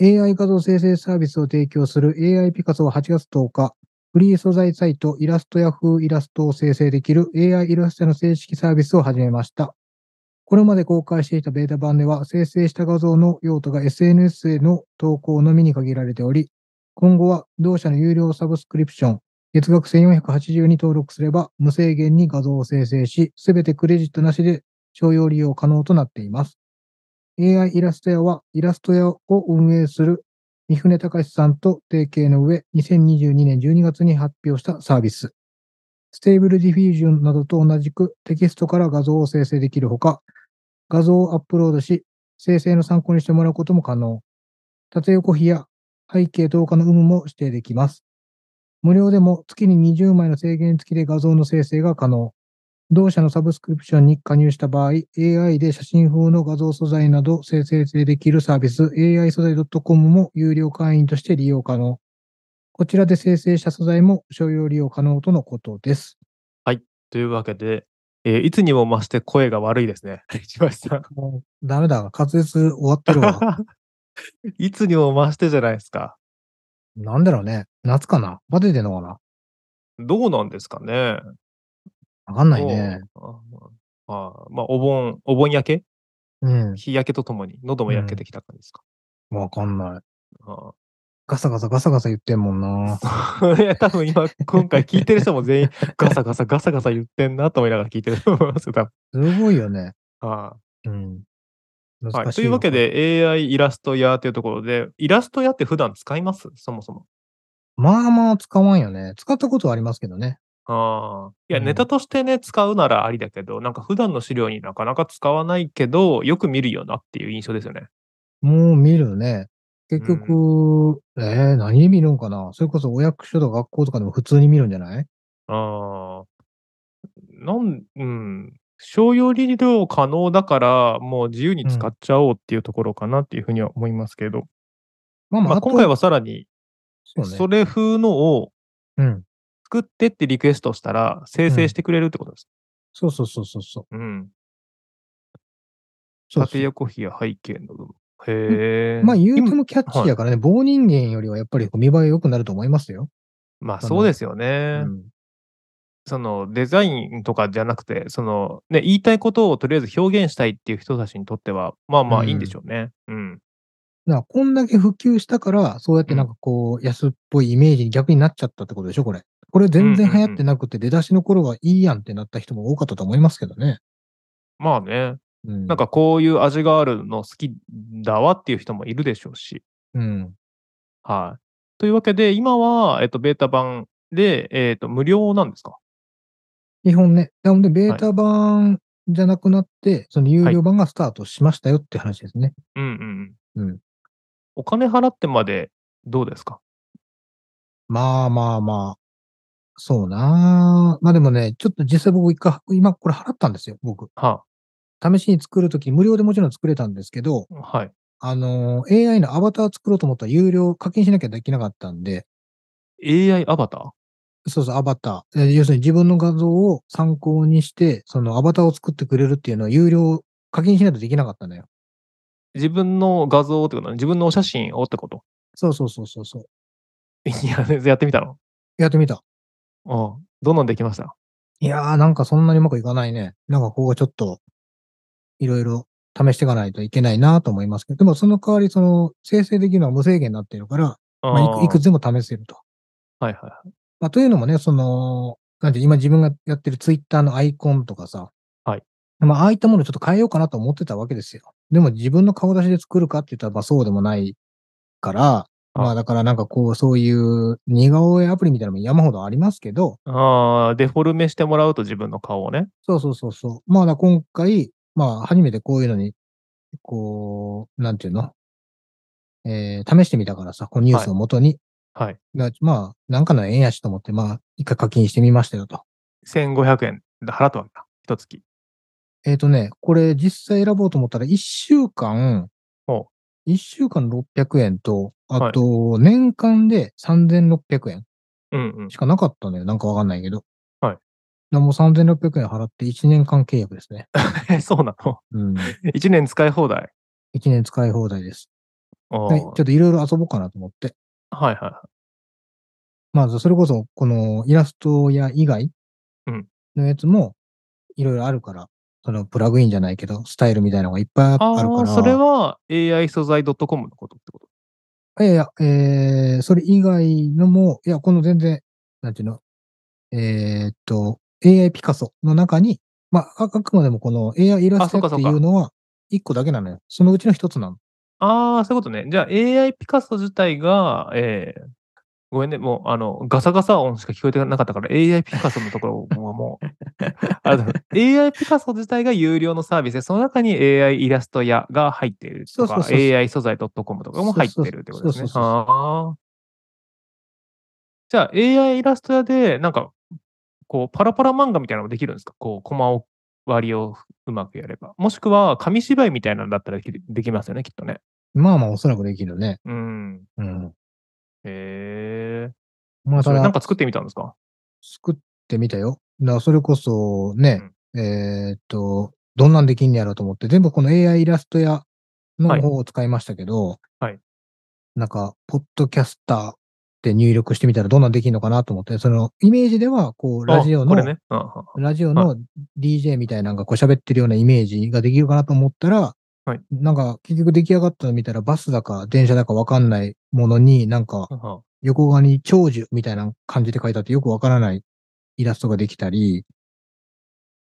A: AI 画像生成サービスを提供する AI ピカソは8月10日、フリー素材サイトイラストや風イラストを生成できる AI イラストの正式サービスを始めました。これまで公開していたベータ版では、生成した画像の用途が SNS への投稿のみに限られており、今後は同社の有料サブスクリプション、月額1480に登録すれば、無制限に画像を生成し、すべてクレジットなしで商用利用可能となっています。 AI イラスト屋は、イラスト屋を運営する三船隆さんと提携の上、2022年12月に発表したサービス。ステーブルディフュージョンなどと同じくテキストから画像を生成できるほか、画像をアップロードし、生成の参考にしてもらうことも可能。縦横比や背景等価の有無も指定できます。無料でも月に20枚の制限付きで画像の生成が可能。同社のサブスクリプションに加入した場合、AI で写真風の画像素材など生成できるサービス AI 素材 .com も有料会員として利用可能。こちらで生成した素材も商用利用可能とのことです。
B: というわけで、えーいつにも増して声が悪いですね。 *laughs* 石橋さん。
A: もうダメだ、滑舌終わってるわ。
B: いつにも増してじゃないですか。
A: なんだろうね。夏かなバテてんのかな
B: どうなんですかね。
A: わかんないね。
B: もう。ああまあ、お盆、お盆焼け
A: うん。
B: 日焼けとともに、喉も焼けてきた感じですか。
A: わかんない。
B: あ
A: ガサガサガサガサ言ってんもんな。
B: あ *laughs* いや、多分今、今回聞いてる人も全員、ガサガサガサガサ言ってんなと思いながら聞いてると思いますよ、多分
A: すごいよね。
B: あ
A: うん。難し
B: あ
A: い、
B: はい。というわけ。で、AI イラスト屋というところで、イラスト屋って普段使いますそもそも。
A: まあまあ使わんよね。使ったことはありますけどね。
B: ああ。いや、
A: うん
B: ネタとしてね、使うならありだけど、なんか普段の資料になかなか使わないけど、よく見るよなっていう印象ですよね。
A: もう見るね。結局、えー、何で見るんかなそれこそお役所とか学校とかでも普通に見るんじゃない
B: ああ。なん、うん。商用利用可能だから、もう自由に使っちゃおうっていうところかなっていうふうには思いますけど、
A: まあまあ、
B: ま
A: あ
B: あ、
A: と
B: 今回はさらに、
A: そうね。
B: それ風のを
A: うん。
B: 作ってってリクエストしたら、生成してくれるってことです。
A: そうそうそうそうそう。
B: うん。
A: そう
B: 縦
A: そう
B: 横比や背景の部分。へえ。
A: まあ言うて
B: 今
A: もキャッチーやからね、棒人間よりはやっぱりこう見栄え良くなると思いますよ。
B: まあ
A: あの
B: そうですよ
A: う
B: ね。
A: ん。
B: そのデザインとかじゃなくて、そのね、言いたいことをとりあえず表現したいっていう人たちにとっては、まあまあいいんでしょうね。うん。
A: だからこんだけ普及したから、そうやってなんかこう、安っぽいイメージに逆になっちゃったってことでしょ、これ。これ全然流行ってなくて、出だしの頃はいいやんってなった人も多かったと思いますけどね。
B: まあね、
A: うん。
B: なん、かこういう味があるの好きだわっていう人もいるでしょうし。
A: うん。
B: はい。というわけで、今は、えっと、ベータ版で、えっと、無料なんですか
A: 日本ね。なので、ベータ版じゃなくなって、その有料版がスタートしましたよって話ですね。
B: うんうんうん。
A: うん
B: お金払ってまでどうですか
A: まあまあまあ。そうなあまあでもね、ちょっと実際僕一回、今これ払ったんですよ、僕。
B: は
A: 試しに作るとき、無料でもちろん作れたんですけど、
B: あ、はい。
A: あのー、AI のアバター作ろうと思ったら有料課金しなきゃできなかったんで、
B: AI アバター
A: そうそう、アバター。えー要するに自分の画像を参考にして、そのアバターを作ってくれるっていうのは有料課金しないとできなかったのよ。
B: 自分の画像ってことね自分のお写真をってこと *laughs*
A: そうそうそうそうそう。
B: いや、やってみたの
A: やってみた。
B: うん。どんなんできました
A: いやー、なんかそんなにうまくいかないね。なんかここがちょっと、いろいろ試していかないといけないなと思いますけど、でもその代わり、その、生成できるのは無制限になっているから、
B: あ
A: まあいくいく
B: ー
A: つでも試せると。
B: はいはいはい。
A: まあ、というのもね、その、なんて、今自分がやってるツイッターのアイコンとかさ、
B: はい。
A: まあ、ああいったものをちょっと変えようかなと思ってたわけですよ。でも自分の顔出しで作るかって言ったら、まあそうでもないから、まあだからなんかこう、そういう似顔絵アプリみたいなのも山ほどありますけど、
B: ああ、デフォルメしてもらうと自分の顔をね。
A: そうそうそうそう。まあだから今回、まあ初めてこういうのに、こう、なんていうのえー試してみたからさ、このニュースを元に。
B: はい。
A: だからまあ、なんかの縁やしと思って、まあ、一回課金してみましたよと。
B: 1500円払ったわけだ。一月。
A: えっ、とね、これ実際選ぼうと思ったら1週間
B: ほ、
A: 1週間600円と、
B: はい
A: あと年間で3600円
B: うんうん
A: し。かなかったのよ。なんかわかんないけど。だ
B: はい
A: からもう3600円払って1年間契約ですね。
B: え、 *laughs* そうなの
A: うん。
B: 一年使い放題。
A: 1年使い放題です。
B: あー
A: はい、ちょっといろいろ遊ぼうかなと思って。
B: はいはいは
A: まず、それこそ、このイラストや以外
B: うん
A: のやつも、いろいろあるから、そのプラグインじゃないけど、スタイルみたいなのがいっぱいあ
B: い。あ
A: あるか
B: あ、
A: ら。
B: それは AI 素材 .com のことってこと
A: いやいや、えー、それ以外のも、いや、この全然、なんていうの、えーっと、AI ピカソの中に、まあ、ああくまでもこの AI イラスト
B: あそうか
A: っ
B: そ
A: て
B: う
A: い
B: か
A: うのは、一個だけなのよ。そのうちの一つなの。
B: ああ、そういうことね。じゃあ AI ピカソ自体が、えーごめんね、もう、あの、ガサガサ音しか聞こえてなかったから AI ピカソのところも
A: *laughs*
B: もう、あの AI ピカソ自体が有料のサービスで、その中に AI イラスト屋が入っているとか、
A: そうそうそうそう
B: AI 素材 .com とかも入ってるってことです
A: そうそうそ
B: ね。
A: うそう
B: ああ。じゃあ AI イラスト屋で、なんか、こう、パラパラ漫画みたいなのもできるんですかこう、コマを割りをうまくやれば。もしくは、紙芝居みたいなのだったらできるできますよね、きっとね。
A: まあまあ、おそらくできるね。
B: うん。
A: うん。
B: へえ。
A: まあ、た
B: それなん
A: だ、
B: か作ってみたんですか
A: 作ってみたよ。だから、それこそね、えーっと、どんなんできんねやろうと思って、全部この AI イラストや
B: は
A: の
B: い
A: 方を使いましたけど、
B: はい
A: なんか、ポッドキャスターって入力してみたらどんなんできんのかなと思って、その、イメージでは、こう、ラジオ
B: あこれ
A: の、
B: ね。うんうん
A: ラジオの DJ みたいなのがこう喋ってるようなイメージができるかなと思ったら、
B: はい
A: なんか結局出来上がったの見たらバスだか電車だかわかんないものになんか
B: うんうん
A: 横側に長寿みたいな感じで書いてあってよくわからないイラストができたり、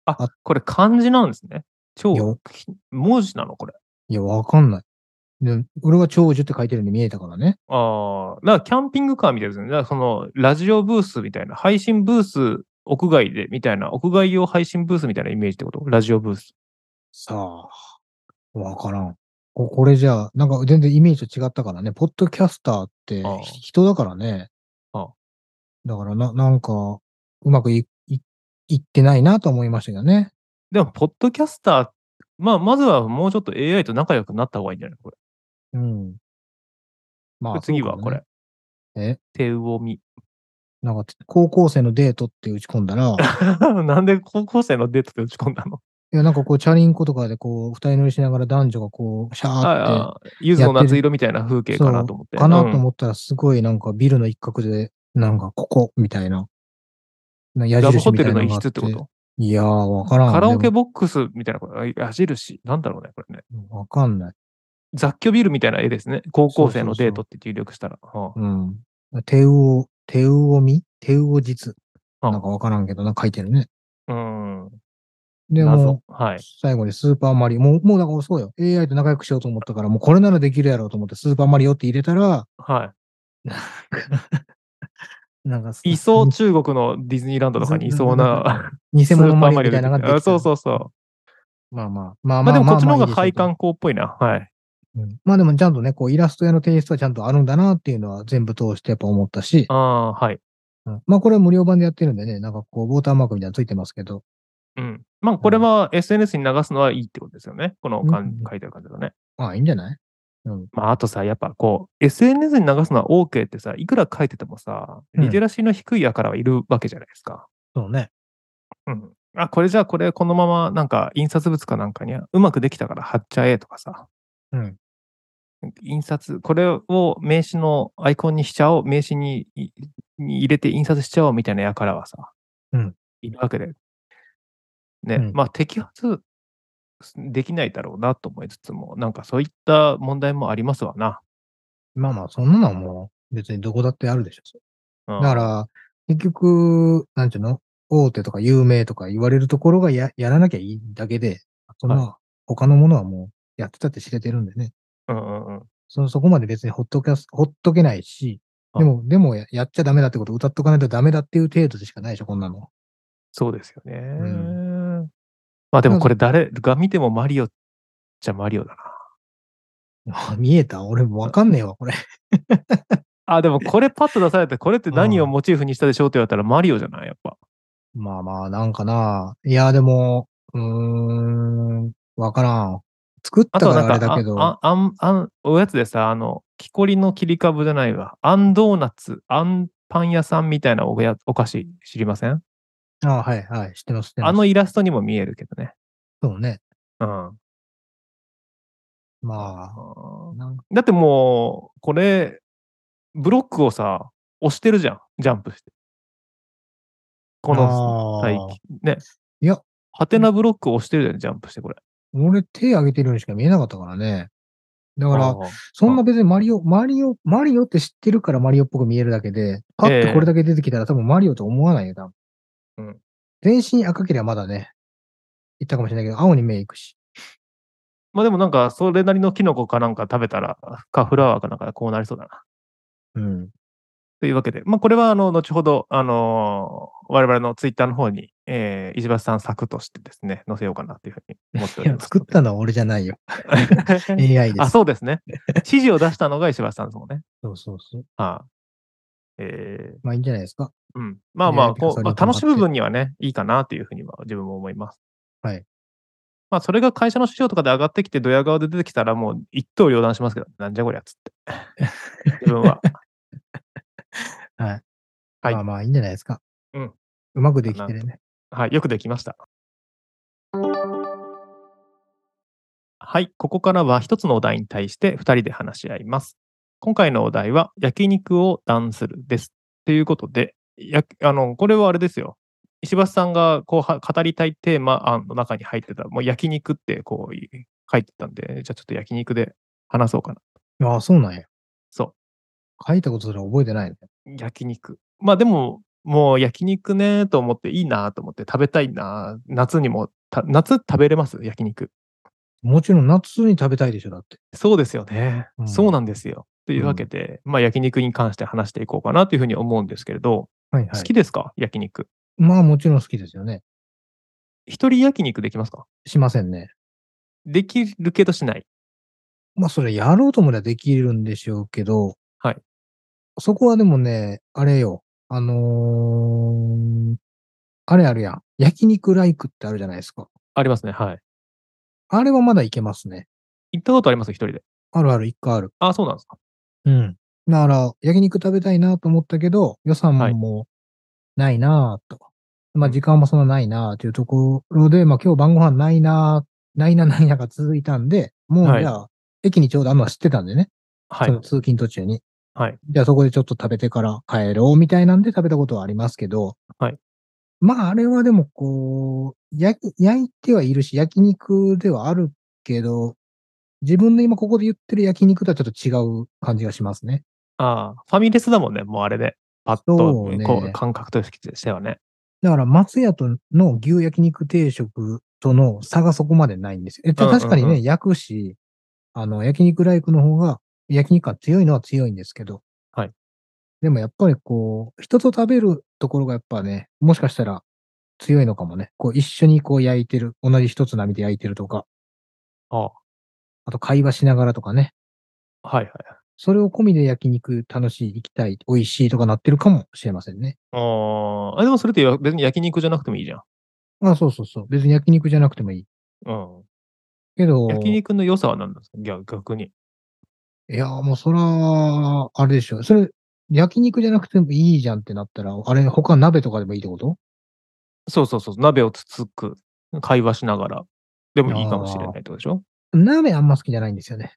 B: あ、これ漢字なんですね。超
A: よ、
B: 文字なのこれ。
A: いや、わかんない。で俺は長寿って書いてるように見えたからね。
B: ああ、だからキャンピングカーみたいですね。だからその、ラジオブースみたいな、配信ブース、屋外で、みたいな、屋外用配信ブースみたいなイメージってことラジオブース。
A: さあ、わからん。ここれじゃあ、なんか全然イメージと違ったからね。ポッドキャスターって
B: ああ
A: ひ人だからね。
B: ああ
A: だからな、なんか、うまくいいいってないなと思いましたけどね。
B: でも、ポッドキャスター、まあ、まずはもうちょっと AI と仲良くなった方がいいんじゃないこれ。
A: うん。まあ、
B: 次
A: そう
B: は
A: かも
B: これ
A: ね。。え
B: 手魚み。
A: なんか、高校生のデートって打ち込んだら、い
B: *laughs* なんで高校生のデートで打ち込んだの
A: や、なんかこう、チャリンコとかでこう、二人乗りしながら男女がこう、シャーっ
B: ああ、ゆずの夏色みたいな風景
A: て、
B: かなと思って。
A: そうかなと
B: うん
A: 思ったら、すごいなんかビルの一角で、なんかここ、みたいな。な矢
B: ラブ
A: 印
B: ホ
A: みた
B: テ
A: いな
B: ルの
A: の
B: 一
A: があ
B: 室ってこと
A: いやー、わからん。
B: カラオケ
A: で
B: ボックスみたいなこと、あ矢印、なんだろうね、これね。
A: もわかんない。
B: 雑居ビルみたいな絵ですね。高校生
A: そ
B: の
A: うそうそう
B: デートって入力したら。は
A: うん。手魚、手魚見手魚実。
B: あ
A: なんかわからんけど、なんか書いてるね。
B: あうん。
A: で
B: 謎
A: も、。
B: はい。
A: 最後にスーパーマリオ。もう、もうなんかそうよ。AI と仲良くしようと思ったから、もうこれならできるやろうと思って、スーパーマリオって入れたら、
B: は
A: なんか、
B: い。いそう、中国のディズニーランドとかにいそうな、
A: 偽
B: ス
A: 物
B: ーパ
A: マ
B: ー
A: リオ
B: マ
A: み
B: リオ
A: たいなのができ
B: あ
A: た。
B: そうそうそう
A: まあまあ、まあ
B: う。ま
A: ま
B: あ
A: あ。
B: でもこっちの方が
A: まあまあい
B: 配
A: いでしょう
B: 管工っぽいな。はい。
A: うんまあでもちゃんとね、こう、イラスト屋のテイストはちゃんとあるんだなっていうのは全部通してやっぱ思ったし
B: あ、あ、はい。
A: うんまあこれは無料版でやってるんでね、なんかこう、ウォーターマークみたいなのついてますけど、
B: うん。まあこれは SNS に流すのはいいってことですよね。このかん
A: うん
B: 書いてある感じだね。
A: まあいいんじゃないうん。
B: まあ、あとさ、やっぱこう、SNS に流すのは OK ってさ、いくら書いててもさ、
A: うん
B: リテラシーの低いやからはいるわけじゃないですか。
A: そうね。
B: うん。あ、これじゃあこれこのままなんか印刷物かなんかにうまくできたから貼っちゃえとかさ、
A: うん。
B: 印刷、これを名刺のアイコンにしちゃおう、名刺にいに入れて印刷しちゃおうみたいなやからはさ、
A: うん
B: いるわけで。ね、
A: うん
B: まあ摘発できないだろうなと思いつつも、なんかそういった問題もありますわな。
A: まあまあ、そんなのはもう別にどこだってあるでしょ。
B: うん
A: だから、結局、なんていうの大手とか有名とか言われるところがややらなきゃいいだけで、そんな、他のものはもうやってたって知れてるんでね。
B: うんうんうん。
A: そのそこまで別にほっとけす、ほっとけないし、でも、でもややっちゃダメだってこと、歌っとかないとダメだっていう程度でしかないでしょ、こんなの。
B: そうですよね。
A: ん
B: まあでも
A: なん
B: これ誰が見てもマリオじゃマリオだな。
A: 見えた俺もわかんねえわ、これ。
B: あ、でもこれパッと出されて、これって何を
A: うん
B: モチーフにしたでしょうって言われたらマリオじゃないやっぱ。
A: まあまあ、なんかな。いや、でも、うーん、わからん。作った
B: あと
A: か
B: は
A: らあれ
B: なんか、
A: だ
B: あ
A: けど。
B: ああんあんおやつでさ、あの、木こりの切り株じゃないわ。あんドーナツ、あんパン屋さんみたいなおやお菓子知りません
A: あはいはい、知ってます、知ってます。
B: あのイラストにも見えるけどね。
A: そうね。
B: うん。
A: まあ、なんか
B: だってもう、これ、ブロックをさ、押してるじゃん。ジャンプして。こ
A: あ
B: の
A: ー
B: 最近。ね。
A: いや。
B: ハテナブロックを押してるじゃん、ジャンプして、これ。
A: 俺手挙げてるようにしか見えなかったからね。だか
B: あ
A: ら、
B: ー
A: そんな別にマリオ、マリオ、マリオって知ってるからマリオっぽく見えるだけで、パッ
B: ええ
A: とこれだけ出てきたら多分マリオと思わないよ、多分。
B: うん
A: 全身赤ければまだね、言ったかもしれないけど、青に目いくし。
B: まあでもなんか、それなりのキノコかなんか食べたら、かフラワーかなんかこうなりそうだな。
A: うん。
B: というわけで、まあこれはあの、後ほど、あのー我々のツイッターの方に、えー、石橋さん作としてですね、載せようかなというふうに思ってお
A: い
B: り
A: や
B: ます。
A: 作ったのは俺じゃないよ。
B: *laughs* た
A: AI で
B: あ、
A: す。
B: そうですね。指示を出したのが石橋さんですもんね。
A: そうそうそう。
B: はい、えー
A: まあいいんじゃないですか。
B: うん、まあま
A: ね
B: あ、こ
A: ピカソ
B: う
A: に
B: まあ、
A: 頑張
B: 楽
A: って
B: しむ分にはね、いいかなというふうには自分も思います。
A: はい。
B: まあ、それが会社の市場とかで上がってきて、ドヤ顔で出てきたら、もう一刀両断しますけど、なんじゃこりゃっつ
A: *laughs*
B: って。自分は。はい
A: まあまあいいんじゃないですか。
B: うん。
A: うまくできてるね。
B: はい、よくできました。はい、ここからは一つのお題に対して2人で話し合います。今回のお題は、焼肉を断するです。ということで、やあのこれはあれですよ。石橋さんがこうは語りたいテーマ案の中に入ってた、もう焼肉ってこうい書いてたんで、じゃあちょっと焼肉で話そうかな。
A: ああ、そうなんや。
B: そ
A: 書いたことすら覚えてないね。
B: う、焼肉。まあでも、もう焼肉ねと思って、いいなと思って、食べたいな夏にも、た夏食べれます焼肉。
A: もちろん夏に食べたいでしょ、だって。
B: そうですよね。
A: うん
B: そうなんですよ。というわけで、まあ焼肉に関して話していこうかなというふうに思うんですけれど、
A: はいは
B: 好
A: い。
B: きですか焼肉。
A: まあもちろん好きですよね。
B: 一人焼肉できますか
A: しませんね。
B: できるけどしない。
A: まあそれやろうと思えばできるんでしょうけど、
B: はい。
A: そこはでもね、あれよ。あのーあれあるやん。焼肉ライクってあるじゃないですか。
B: ありますね。はい。
A: あれはまだいけますね。
B: 行ったことあります一人で。
A: あるある、一回ある。
B: あ、そうなんですか。
A: うん。だから、焼肉食べたいなと思ったけど、予算
B: はい
A: ももうないなぁと。まあ、時間もそんなないなぁというところで、まあ、今日晩ご飯ないなぁ、ないなないなが続いたんで、もう、
B: はい
A: じゃあ、駅にちょうどあるのは知ってたんでね。
B: は
A: そ
B: い
A: の。通勤途中に。
B: はい。
A: じゃあ、そこでちょっと食べてから帰ろうみたいなんで食べたことはありますけど、
B: はい。
A: まあ、あれはでも、こう、焼き、焼いてはいるし、焼肉ではあるけど、自分の今ここで言ってる焼肉とはちょっと違う感じがしますね。
B: ああ、ファミレスだもんね。もうあれで。パッ
A: そ
B: と、
A: うね
B: こう、感覚としてはね。
A: だから、松屋との牛焼肉定食との差がそこまでないんですよ。えっと
B: うんうんうん
A: 確かにね、焼くし、あの、焼肉ライクの方が、焼肉感強いのは強いんですけど。
B: はい。
A: でもやっぱりこう、人と食べるところがやっぱね、もしかしたら強いのかもね。こう、一緒にこう焼いてる、同じ一つ並で焼いてるとか、
B: あ
A: あと会話しながらとかね。
B: あ、はいはい。
A: それを込みで焼肉楽しい、行きたい、美味しいとかなってるかもしれませんね。
B: ああ、でもそれって別に焼肉じゃなくてもいいじゃん。
A: あ、そうそうそう。別に焼肉じゃなくてもいい。
B: うん。
A: けど、
B: 焼肉の良さは何なんですか逆逆に。
A: いやー、もうそら、あれでしょ。それ、焼肉じゃなくてもいいじゃんってなったら、あれ、他鍋とかでもいいってこと
B: そうそうそう。鍋をつつく。会話しながら。でもいいかもしれないってことでしょ
A: 鍋あんま好きじゃないんですよね。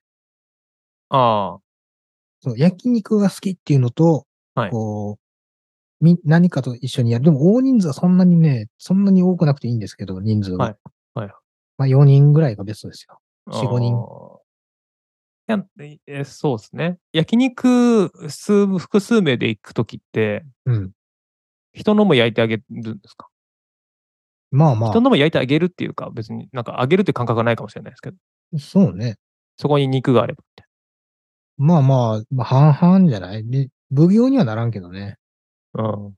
B: あ
A: そう、焼肉が好きっていうのと、
B: はい
A: こう、み、何かと一緒にやる。でも大人数はそんなにね、そんなに多くなくていいんですけど、人数は。
B: はいはい
A: まあ4人ぐらいがベストですよ。
B: あ。
A: 4 5人
B: あー。いやえそうですね。焼肉数、複数名で行くときって、
A: うん。
B: 人のも焼いてあげるんですか
A: まあま
B: 人のも焼いてあげるっていうか、別になんかあげるっていう感覚がないかもしれないですけど、
A: あ、そうね。
B: そこに肉があればみ
A: まあまあ、まあ、半々じゃないで、奉行にはならんけどね。
B: たいな。うん。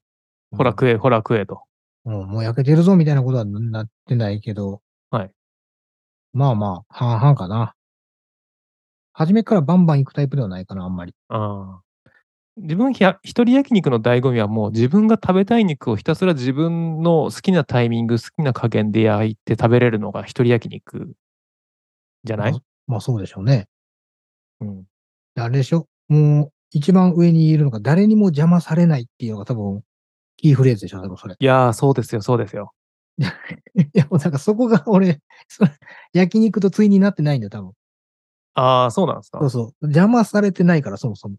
B: ほら
A: うん
B: 食え、ほら食えと。
A: うん、もう焼けてるぞみたいなことはなってないけど。
B: はい。
A: まあまあ、半々かな。初めからバンバン行くタイプではないかな、あんまり。
B: あー自分ひゃ、一人焼肉の醍醐味はもう自分が食べたい肉をひたすら自分の好きなタイミング、好きな加減で焼いて食べれるのが一人焼肉じゃない、
A: まあそうでしょうね。
B: うん、
A: であれでしょもう、一番上にいるのが、誰にも邪魔されないっていうのが多分、キーフレーズでしょ、多分それ。 *laughs*
B: いやー、そうですよ、そうですよ。
A: いや、もうなんかそこが俺、 *laughs* それ焼肉と対になってないんだよ、多分。
B: ああ、そうなんですか。
A: そうそう。邪魔されてないから、そもそも。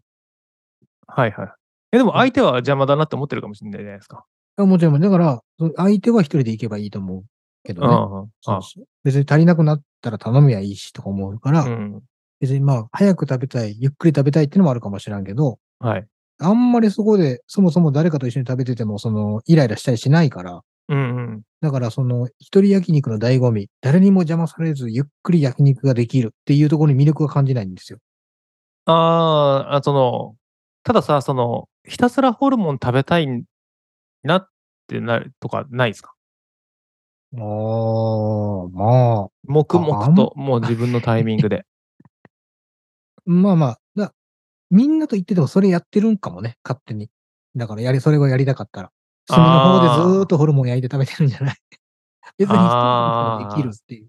B: はいはい。え、でも相手は邪魔だなって思ってるかもしれないじゃないですか。
A: いやもちろん、だから、その相手は一人で行けばいいと思うけど
B: う
A: ね。
B: んうんうん。
A: そうそう別に足りなくなったら頼みはいいしとか思うから、
B: うん。
A: 別にまあ、早く食べたい、ゆっくり食べたいってのもあるかもしらんけど、
B: はい。
A: あんまりそこで、そもそも誰かと一緒に食べてても、その、イライラしたりしないから、
B: うんうん。
A: だからその一人焼肉の醍醐味、誰にも邪魔されずゆっくり焼肉ができるっていうところに魅力は感じないんですよ。
B: あーあ、その、たださ、その、ひたすらホルモン食べたいなってなるとかないですか
A: ああ、まあ、
B: 黙々と、もう自分のタイミ
A: *laughs*
B: ングで。
A: まあまあ、だみんなと言っててもそれやってるんかもね、勝手に。だからやり、それをやりたかったら。隅の
B: あー
A: 方でずーっとホルモン焼いて食べてるんじゃない *laughs* 別に一人でもできるっていう。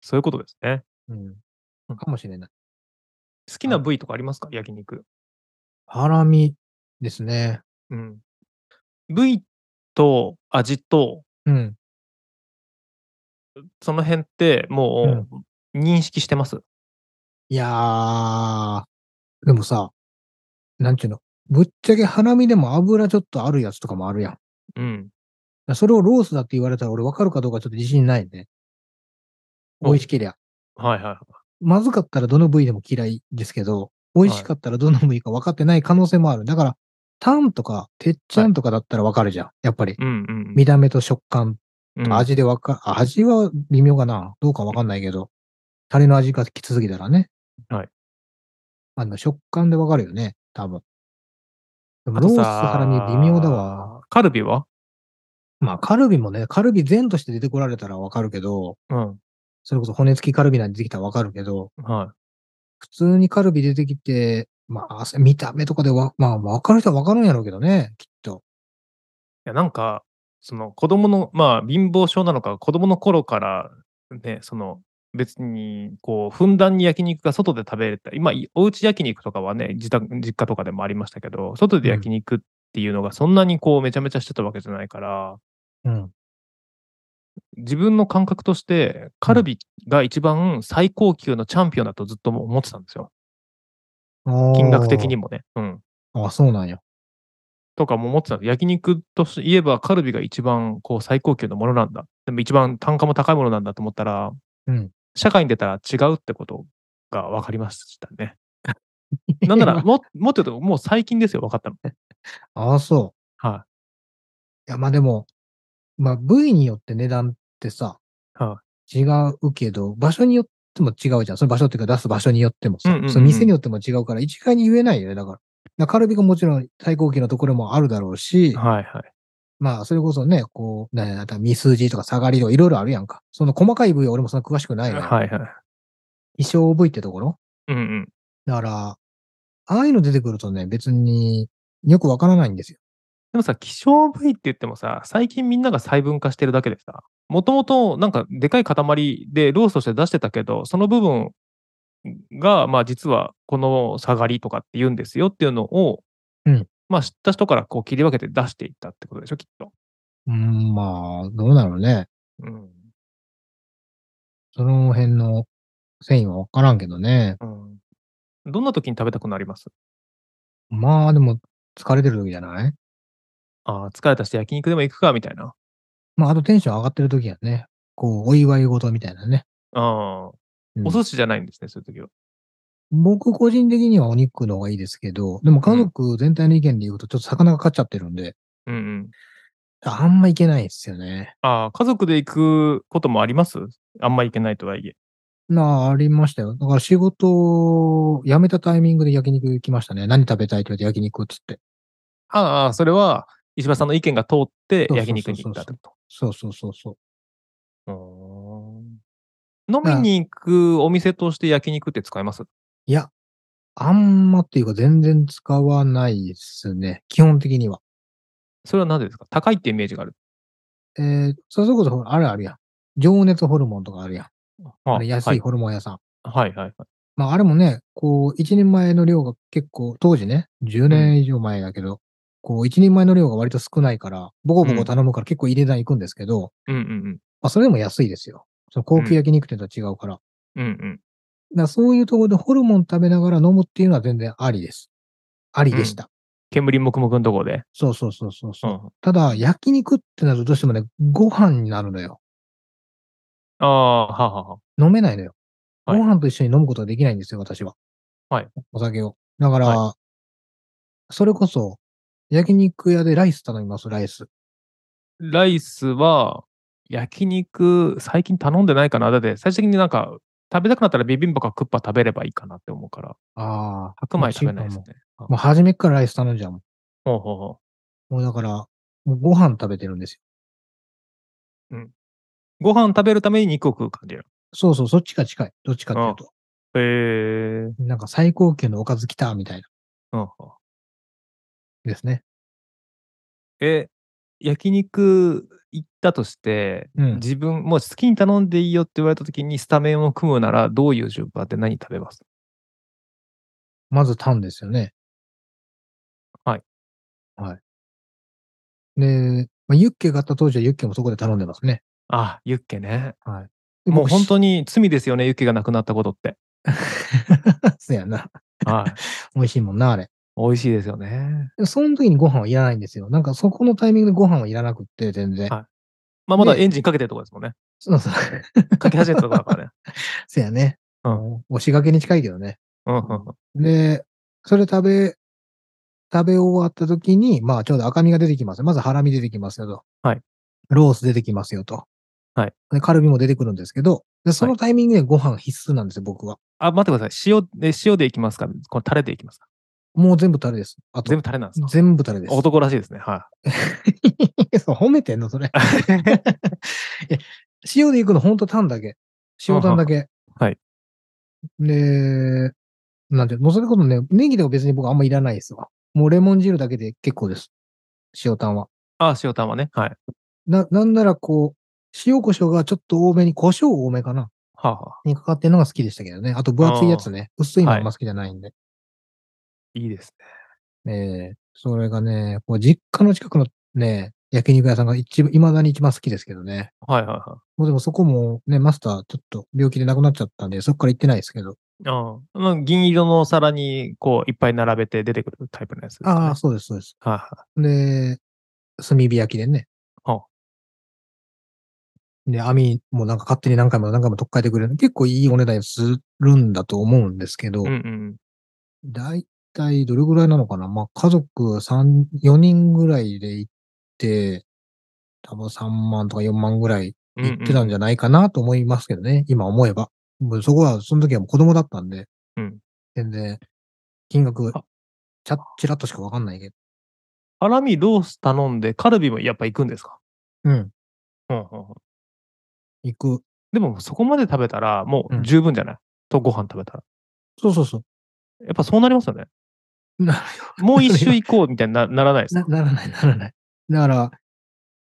B: そういうことですね。
A: うん。かもしれない。
B: 好きな部位とかありますか焼肉。
A: ハラミですね。
B: うん。部位と味と、
A: うん。
B: その辺ってもう認識してます。
A: いやー、でもさ、なんちゅうの、ぶっちゃけハラミでも油ちょっとあるやつとかもあるやん。だか
B: うん。
A: らそれをロースだって言われたら俺分かるかどうかちょっと自信ないね。美味しけりゃ。
B: はいはい。
A: まずかったらどの部位でも嫌いですけど、美味しかったらどの部位か分かってない可能性もある。だから、タンとか、てっちゃんとかだったら分かるじゃん。やっぱり、
B: うんうん。
A: 見た目と食感
B: う
A: と
B: ん、
A: 味で分か、あ味は微妙かな。どうか分かんないけど、タレの味がきつすぎたらね。
B: はい。
A: あの、食感で分かるよね、多分。でも
B: あ
A: ロ
B: と
A: ース、
B: さ
A: ハラミ、微妙だわ。。
B: カルビは
A: まあ、カルビもね、カルビ全として出てこられたら分かるけど、
B: うん。
A: それこそ骨付きカルビなんて出てきたら分かるけど、
B: は
A: 普通にカルビ出てきて、まあ、汗見た目とかでわ、まあ、わかる人はわかるんやろうけどね、きっと。
B: い。いや、なんか、その子供の、まあ、貧乏症なのか、子供の頃から、ね、その、別に、こう、ふんだんに焼肉が外で食べれた。今、いおうち焼肉とかはね、自宅、実家とかでもありましたけど、外で焼肉っていうのがそんなにこう、めちゃめちゃしてたわけじゃないから、
A: うん。
B: 自分の感覚として、カルビが一番最高級のチャンピオンだとずっと思ってたんですよ。金額的に
A: も。
B: もね。うん。
A: あそうなんや。
B: とかも思ってたんです焼肉として言えばカルビが一番こう最高級のものなんだ。でも一番単価も高いものなんだと思ったら、
A: うん
B: 社会に出たら違うってことが分かりましたね。なんなら、ももっと言うと、もう最近ですよ、分かったの。
A: ああ、そ
B: は
A: う。いや、まあでも、まあ、部位によって値段ってさ、
B: は
A: 違うけど、場所によっても違うじゃん。その場所っていうか出す場所によってもさ、
B: うんうんうんうん
A: その店によっても違うから、一概に言えないよね、だから。だからカルビがもちろん最高級のところもあるだろうし、
B: い。はいはい。
A: まあ、それこそね、こう、なんやなんや、ミスジとか下がりとかいろいろあるやんか。その細かい部位は俺もそんな詳しくないのよ
B: はいはい。
A: 衣装部位ってところ
B: うんうん。
A: だから、ああいうの出てくるとね、別によくわからないんですよ。
B: でもさ、希少部位って言ってもさ、最近みんなが細分化してるだけでさ、もともとなんかでかい塊でロースとして出してたけど、その部分が、まあ実はこの下がりとかって言うんですよっていうのを、
A: うん
B: まあ知った人からこう切り分けて出していったってことでしょ、きっと。
A: うーん、まあ、どうなのね。
B: うん。
A: その辺の繊維はわからんけどね。
B: うん、どんな時に食べたくなります
A: まあ、でも、疲れてる時じゃない
B: ああ、疲れたして焼肉でも行くかみたいな。
A: まあ、あとテンション上がってる時やね。こう、お祝い事みたいなね。
B: ああ、
A: うん
B: お寿司じゃないんですね、そういう時は。
A: 僕個人的にはお肉の方がいいですけど、でも家族全体の意見で言うと、ちょっと魚が勝っちゃってるんで、
B: うんうん。
A: あんまいけないですよね。
B: ああ、家族で行くこともありますあんまり行けないとはいえ。
A: なあ、ありましたよ。だから仕事を辞めたタイミングで焼肉行きましたね。何食べたいって言われて焼肉っつって。
B: ああ、それは石破さんの意見が通って
A: そうそうそうそう
B: 焼肉に行ったってこ
A: そうそうそうそう。
B: と。飲みに行くお店として焼肉って使えます
A: いや、あんまっていうか全然使わないですね。基本的には。
B: それはなぜですか高いってイメージがある。
A: えー、それこそほらあれあるやん。情熱ホルモンとかあるやん。あ
B: あ
A: れ安いホルモン屋さん。
B: はいはいはいはい。
A: まああれもね、こう、一人前の量が結構、当時ね、10年以上前だけど、こう、一人前の量が割と少ないから、ボコボコ頼むから結構入れない行くんですけど、
B: うんうん
A: まあそれでも安いですよ。その高級焼肉店とは違うから。
B: うん。うん
A: だからそういうところでホルモン食べながら飲むっていうのは全然ありです。ありでした。
B: 煙もくもくのとこで。
A: そうそうそうそうそうう、
B: ん。
A: ただ、焼肉ってなるとどうしてもね、ご飯になるのよ。
B: ああ、はあはあはあ。
A: 飲めないのよ。
B: はい
A: ご飯と一緒に飲むことはできないんですよ、私は。
B: はい。
A: お酒を。だから、
B: は
A: それこそ、焼肉屋でライス頼みます、ライス。
B: ライスは、焼肉、最近頼んでないかな。だって、最終的になんか、食べたくなったらビビンバかクッパ食べればいいかなって思うから、
A: ああ。
B: 白米食べないですね。
A: もう。もう初めっからライス頼んじゃうもん。
B: ほうほうほ
A: もうだから、もうご飯食べてるんですよ。
B: う。ご飯食べるために肉を食う感じや。
A: そうそう、そっちが近い。どっちかっていうと。
B: へえ。
A: なんか最高級のおかず来た、みたいな。
B: うん。
A: ですね。
B: え、焼肉行ったとして、
A: うん。
B: 自分、もう好きに頼んでいいよって言われた時にスタメンを組むなら、どういう順番で何食べます
A: まずタンですよね。
B: はい。
A: はい。で、まあ、ユッケがあった当時はユッケもそこで頼んでますね。
B: あ、ユッケね。
A: で
B: もう本
A: に。
B: 当に罪ですよね、ユッケがなくなったこと *laughs* って。
A: そうやな。 *laughs*
B: はい。
A: 美味しいもんな、あれ。
B: 美味しいですよね。
A: でその時にご飯はいらないんですよ。なんかそこのタイミングでご飯はいらなくって、全然。
B: はいまあ、まだ
A: ね
B: エンジンかけてるとこですもんね。
A: そうそう。
B: かけ始めたとこだからね。
A: そうやね。
B: *laughs* うん
A: 押しがけに近いけどね。
B: うんうんうん。
A: で、それ食べ、食べ終わった時に、まあちょうど赤身が出てきます。まずハラミ出てきますよと。
B: はい。
A: ロース出てきますよと。
B: はい。
A: で、カルビも出てくるんですけど、で、そのタイミングでご飯必須なんですよ、僕は。
B: あ、待ってください。塩で、塩でいきますかこのタレでいきますか
A: もう全部タレです。あと、
B: 全部タレなんですか
A: 全部タレです。
B: 男らしいですね。は
A: *laughs* そう褒めてんのそ
B: *laughs*
A: れ。
B: い。
A: 塩で行くのほんとタンだけ。塩タンだけ。
B: はい。
A: で、なんていうの、もうそれこそね、ネギでも別に僕あんまいらないですわ。もうレモン汁だけで結構です。塩タンは。
B: あ、塩玉ね。はい。
A: な、なんならこう、塩胡椒がちょっと多めに、胡椒多めかな
B: はあ、はあ、
A: にかかってるのが好きでしたけどね。あと分厚いやつね。薄いのあんま好きじゃないんで。
B: いいですね。
A: えーそれがね、こう実家の近くのね、焼肉屋さんが一番、未だに一番好きですけどね。
B: はいはいは
A: もうでもそこもね、マスターちょっと病気で亡くなっちゃったんで、そこから行ってないですけど。
B: い。ああの銀色のお皿に、こう、いっぱい並べて出てくるタイプのやつです、ね。
A: ああ、
B: はい
A: そうです、そうです。
B: はい、
A: で、炭火焼きでね。
B: は
A: で、網もなんか勝手に何回も何回も取っ替えてくれる。結構いいお値段するんだと思うんですけど、
B: うんうん。
A: だいたいどれぐらいなのかなまあ、家族3、4人ぐらいで行って、多分3万とか4万ぐらい
B: うんうん
A: 行ってたんじゃないかなと思いますけどね、今思えば。もうそこは、その時はもう子供だったんで、
B: うん
A: 全然、金額
B: あ、
A: ちゃ、ちらっとしかわかんないけど。
B: ハラミ、ロース頼んで、カルビもやっぱ行くんですか
A: うん、
B: うんうんうん。
A: 行く。
B: でも、そこまで食べたら、も
A: うん
B: う十分じゃない、と、ご飯食べたら。
A: そうそうそう。
B: やっぱそうなりますよね。
A: な
B: もう一周行こうみたいになならないです
A: な
B: か
A: ならない、ならない。だか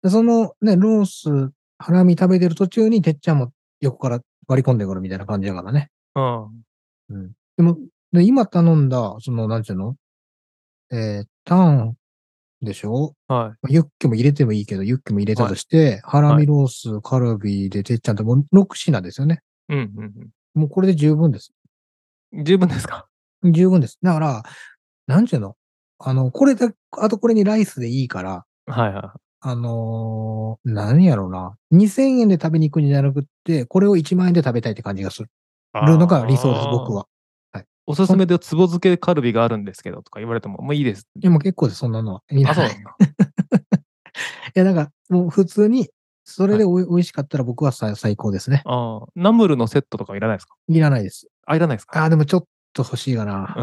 A: ら、そのね、ロース、ハラミ食べてる途中に、てっちゃんも横から割り込んでくるみたいな感じだからね。
B: うん。
A: うん。でも、で今頼んだ、その、なんていうのえータンでしょ
B: はい。
A: ユッケも入れてもいいけど、ユッケも入れたとして、ハラ
B: は
A: ミ
B: い
A: ロース、カルビでてっちゃんってもう6品ですよね。
B: うんうん
A: もうこれで十分です。
B: うん。十分ですか
A: 十分です。だから、なんていうのあの、これだ、あとこれにライスでいいから、
B: はいは
A: あのー、何やろうな。2000円で食べに行くんじゃなくって、これを1万円で食べたいって感じがする
B: い。
A: のが理想です、僕
B: は。
A: は。
B: おすすめでつぼ漬けカルビがあるんですけどとか言われても、もういいです。
A: でも結構です、そんなのは。いら
B: あ、そう
A: な
B: ないんですか。
A: いや、なんか、もう普通に、それでおい、美味しかったら僕はさ最高ですね。
B: ああ。ナムルのセットとかいらないですか
A: いらないです。
B: あ、いらないですか
A: ああ、でもちょっと欲しいか
B: *laughs*
A: な。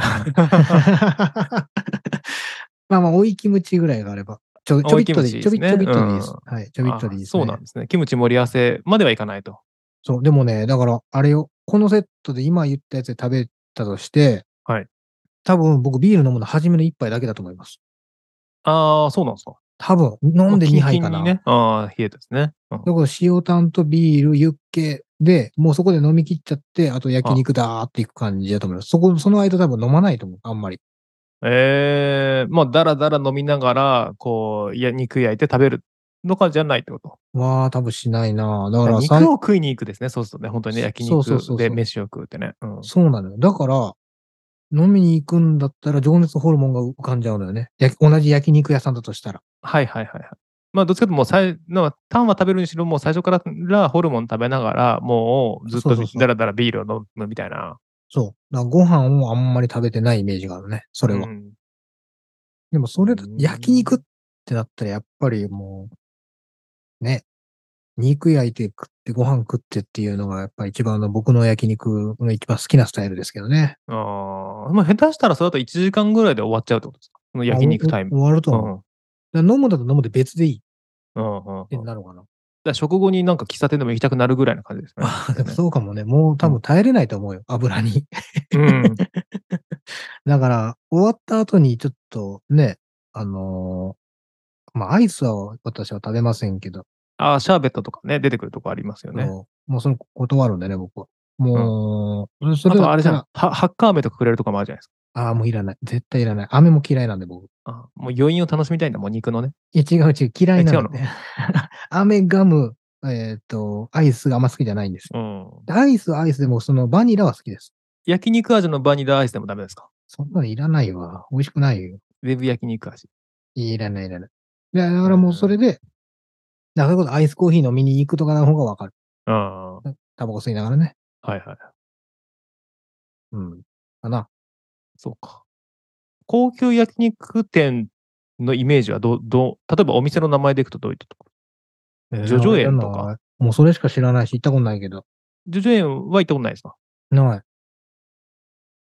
A: まあまあ、追いキムチぐらいがあれば。ちょちょびっとでい
B: 追
A: い。
B: い
A: ち
B: キ
A: ょ
B: ム
A: び
B: チ
A: っち
B: ですね
A: ょびっとでいいです。
B: う
A: はい。ちょびっとでいいです、ね。
B: あそうなんですね。キムチ盛り合わせまではいかないと。
A: そう、でもね、だから、あれよ、このセットで今言ったやつで食べたとして、
B: はい。
A: 多分僕ビール飲むの初めの一杯だけだと思います。
B: ああ、そうなんですか。
A: 多分、飲んで2杯かな。
B: キンキンにね。ああ、冷えたですね。うん
A: だから塩タンとビール、ユッケで、もうそこで飲み切っちゃって、あと焼肉だーっていく感じだと思います。そこ、その間多分飲まないと思う、あんまり。
B: ええまあ、だらだら飲みながら、こう、や肉焼いて食べるのかじゃないってこと。
A: わー、多分しないなーだからさ
B: 肉を食いに行くですね。そうするとね、本当にね、焼
A: そうそうそうそう
B: 肉で飯を食うってね。うん
A: そうなのよ。だから、飲みに行くんだったら情熱ホルモンが浮かんじゃうのよね。やき同じ焼肉屋さんだとしたら。
B: はいはいはいはい。まあ、どっちかというともうさい、なんかタンは食べるにしろ、もう最初からホルモン食べながら、もうずっ
A: そ
B: と
A: うそうそう
B: だらだらビールを飲むみたいな。
A: そう。だからご飯をあんまり食べてないイメージがあるね、それは。
B: うん
A: でもそれだ
B: う、ん
A: 焼肉ってなったらやっぱりもう、ね、肉焼いて食ってご飯食ってっていうのがやっぱ一番の僕の焼肉の一番好きなスタイルですけどね。
B: ああ、まあ下手したらそれだと1時間ぐらいで終わっちゃうってことですかその焼肉タイム。
A: 終わると
B: う
A: 思う。
B: ん。
A: だから飲むだと飲むで別でいいっ
B: うんうん
A: て
B: うん。だ
A: なる
B: か
A: のかな。
B: ら食後になんか喫茶店でも行きたくなるぐらいの感じです
A: *laughs*
B: ね。
A: あでもそうかもね。もう多分耐えれないと思うよ。油に。 *laughs*
B: うん。
A: だから、終わった後にちょっとね、あのーまあ、アイスは私は食べませんけど、
B: ああ、シャーベットとかね、出てくるとこありますよね。
A: もうもうその断るんでね、僕は。もう、そ
B: あ
A: れ
B: と
A: は
B: あれじゃん、はハッカー飴とかくれるとかもあるじゃないですか。
A: ああ、もういらない。絶対いらない。雨も嫌いなんで、僕。
B: あもう余韻を楽しみたいんだ、もう肉のね。
A: いや違う違う、嫌いなんで
B: え違う。
A: *laughs* 雨、ガム、えっ、と、アイスがあんま好きじゃないんですよ。
B: うん。
A: アイスはアイスでも、そのバニラは好きです。
B: 焼肉味のバニラアイスでもダメですか
A: そんなのいらないわ。美味しくないよ。
B: ウェブ焼肉味。
A: いらないいらない。いやだからもうそれで、だからこそアイスコーヒー飲みに行くとかの方がわかる。
B: うん。は
A: タバコ吸いながらね。
B: いはい。
A: うん。かな。
B: そうか。高級焼肉店のイメージはどう、どう、例えばお店の名前でいくとどういったとこ叙々苑とか。
A: もうそれしか知らないし、行ったことないけど。
B: ジョジョ園は行ったことないですか
A: ない。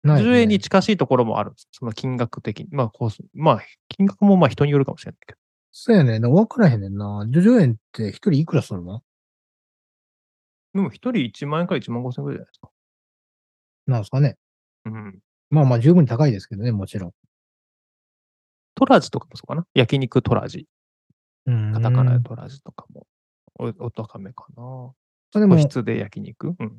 A: ない、
B: ジョジョ園に。近しいところもあるんですその金額的に。まあ、こうす、まあ、金額もまあ人によるかもしれないけど。
A: そうやね。でも分からへんねんな。ジョジョ園って一人いくらするの
B: でも一人1万円から1万5千円ぐらいじゃないですか。
A: なんですかね。
B: うん。
A: まあまあ十分に高いですけどね、もちろん。
B: トラジとかもそうかな。焼肉トラジ。
A: うん
B: カタカナでトラジとかも。お、お高めかな。
A: でも
B: 個、室で焼肉うん。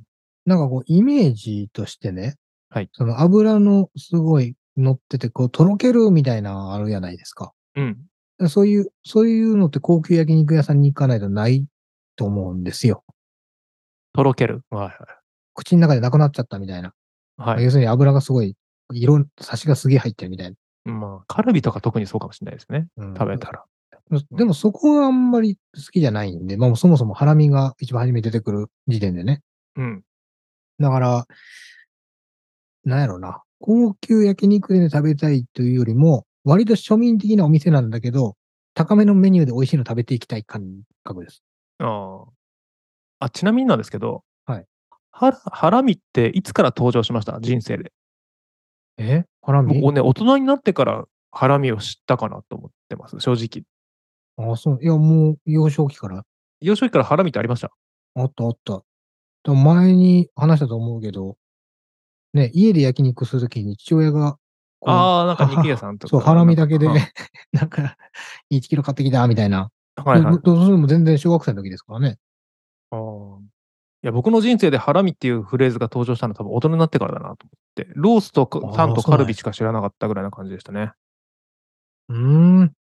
A: なんかこう、イメージとしてね、
B: はい
A: その油のすごい乗ってて、こう、とろけるみたいなのあるじゃないですか。
B: うん。
A: そういう、そういうのって高級焼肉屋さんに行かないとないと思うんですよ。
B: とろける。はいはい。
A: 口の中でなくなっちゃったみたいな。
B: はい。
A: 要するに油がすごい、色、差しがすげえ入ってるみたい
B: まあ、カルビとか特にそうかもしれないですね。
A: な。うん
B: 食べたら。
A: でもそこがあんまり好きじゃないんで、まあそもそもハラミが一番初めに出てくる時点でね。
B: うん。
A: だから、なんやろな。高級焼肉で食べたいというよりも、割と庶民的なお店なんだけど、高めのメニューで美味しいの食べていきたい感覚です。
B: ああ。あ、ちなみになんですけど、
A: はい。
B: ハラハラミっていつから登場しました人生で。
A: えハラミ
B: 僕ね、大人になってからハラミを知ったかなと思ってます、正直。
A: あ、そう。いや、もう幼少期から。
B: 幼少期からハラミってありました
A: あったあった。でも前に話したと思うけど、ね、家で焼肉するときに父親が、こう
B: ああ、なんか肉屋さんと
A: *laughs*
B: か。
A: そう、ハラミだけで
B: なんか、
A: なんか、1キロ買ってきた、みたいな。
B: うんはいはい。
A: どうするも全然小学生の時ですからね。
B: あーいや僕の人生でハラミっていうフレーズが登場したのは多分大人になってからだなと思って、ロースと
A: あー
B: タンと
A: そうな
B: カ
A: んや
B: ルビしか知らなかったぐらいな感じでしたね。
A: うーん。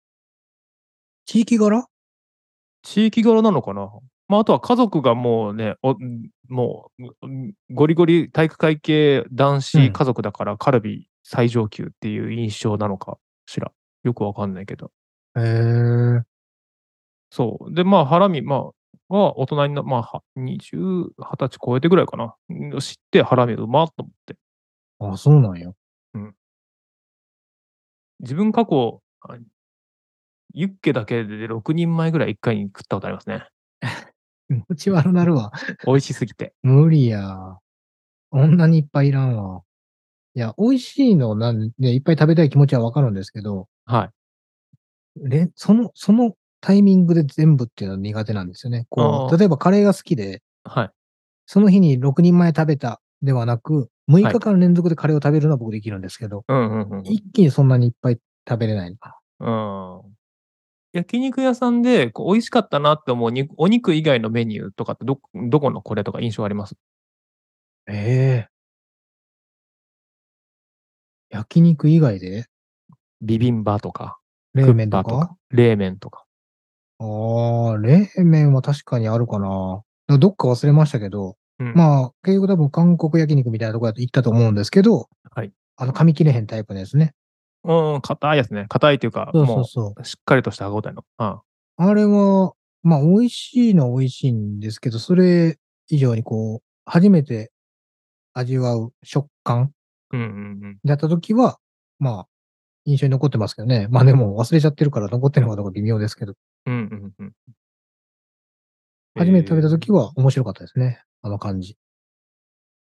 A: 地域柄
B: 地域柄なのかな、まあ、あとは家族がもうね、おもううんゴリゴリ体育会系
A: う
B: 男
A: ん
B: 子家族だからカルビ最上級っていう印象なのかしら。よくわかんないけど。
A: へえ。
B: そう。で、まあ、ハラミ、まあ、は大人にな、まあ、は20、20歳超えてぐらいかな。ん知って、ハラミうまっと思って。
A: あ、そうなんや。
B: 自分過去、あユッケだけで6人前ぐらい1回に食ったことありますね。
A: 気持ち悪なるわ。
B: 美味しすぎて。
A: 無理や。こんなにいっぱいいらんわ。いや、美味しいのなんで、いっぱい食べたい気持ちはわかるんですけど、
B: はい。
A: れその、そのタイミングで全部っていうのは苦手なんですよね。こ
B: あ
A: う、
B: ー
A: 例えばカレーが好きで、
B: はい。
A: その日に6人前食べたではなく、6日間連続でカレーを食べるのは僕できるんですけど、
B: うんうんうん。
A: 一気にそんなにいっぱい食べれないな。
B: うん焼肉屋さんでこう美味しかったなって思うにお肉以外のメニューとかってどこ、どこのこれとか印象あります
A: ええ焼肉以外で
B: ビビンバとか、
A: 冷
B: ク
A: 麺
B: ッパ
A: と
B: と
A: か
B: か、冷麺とか。
A: ああ、冷麺は確かにあるかな。どっか忘れましたけど、
B: うん
A: まあ、結局多分韓国焼肉みたいなとこだと行ったと思うんですけど、
B: はい
A: あの、噛み切れへんタイプのやつね。
B: うん、硬いやつね。硬いというか、
A: そうそうそう。
B: もうしっかりとした歯応えの。うん
A: あれは、まあ、美味しいのは美味しいんですけど、それ以上にこう、初めて味わう食感
B: うんうんうん。
A: だった時は、まあ、印象に残ってますけどね。まあでも忘れちゃってるから残ってるのかどうか微妙ですけど。
B: うんうんうん。
A: 初めて食べた
B: えー
A: 時は面白かったですね。あの感じ。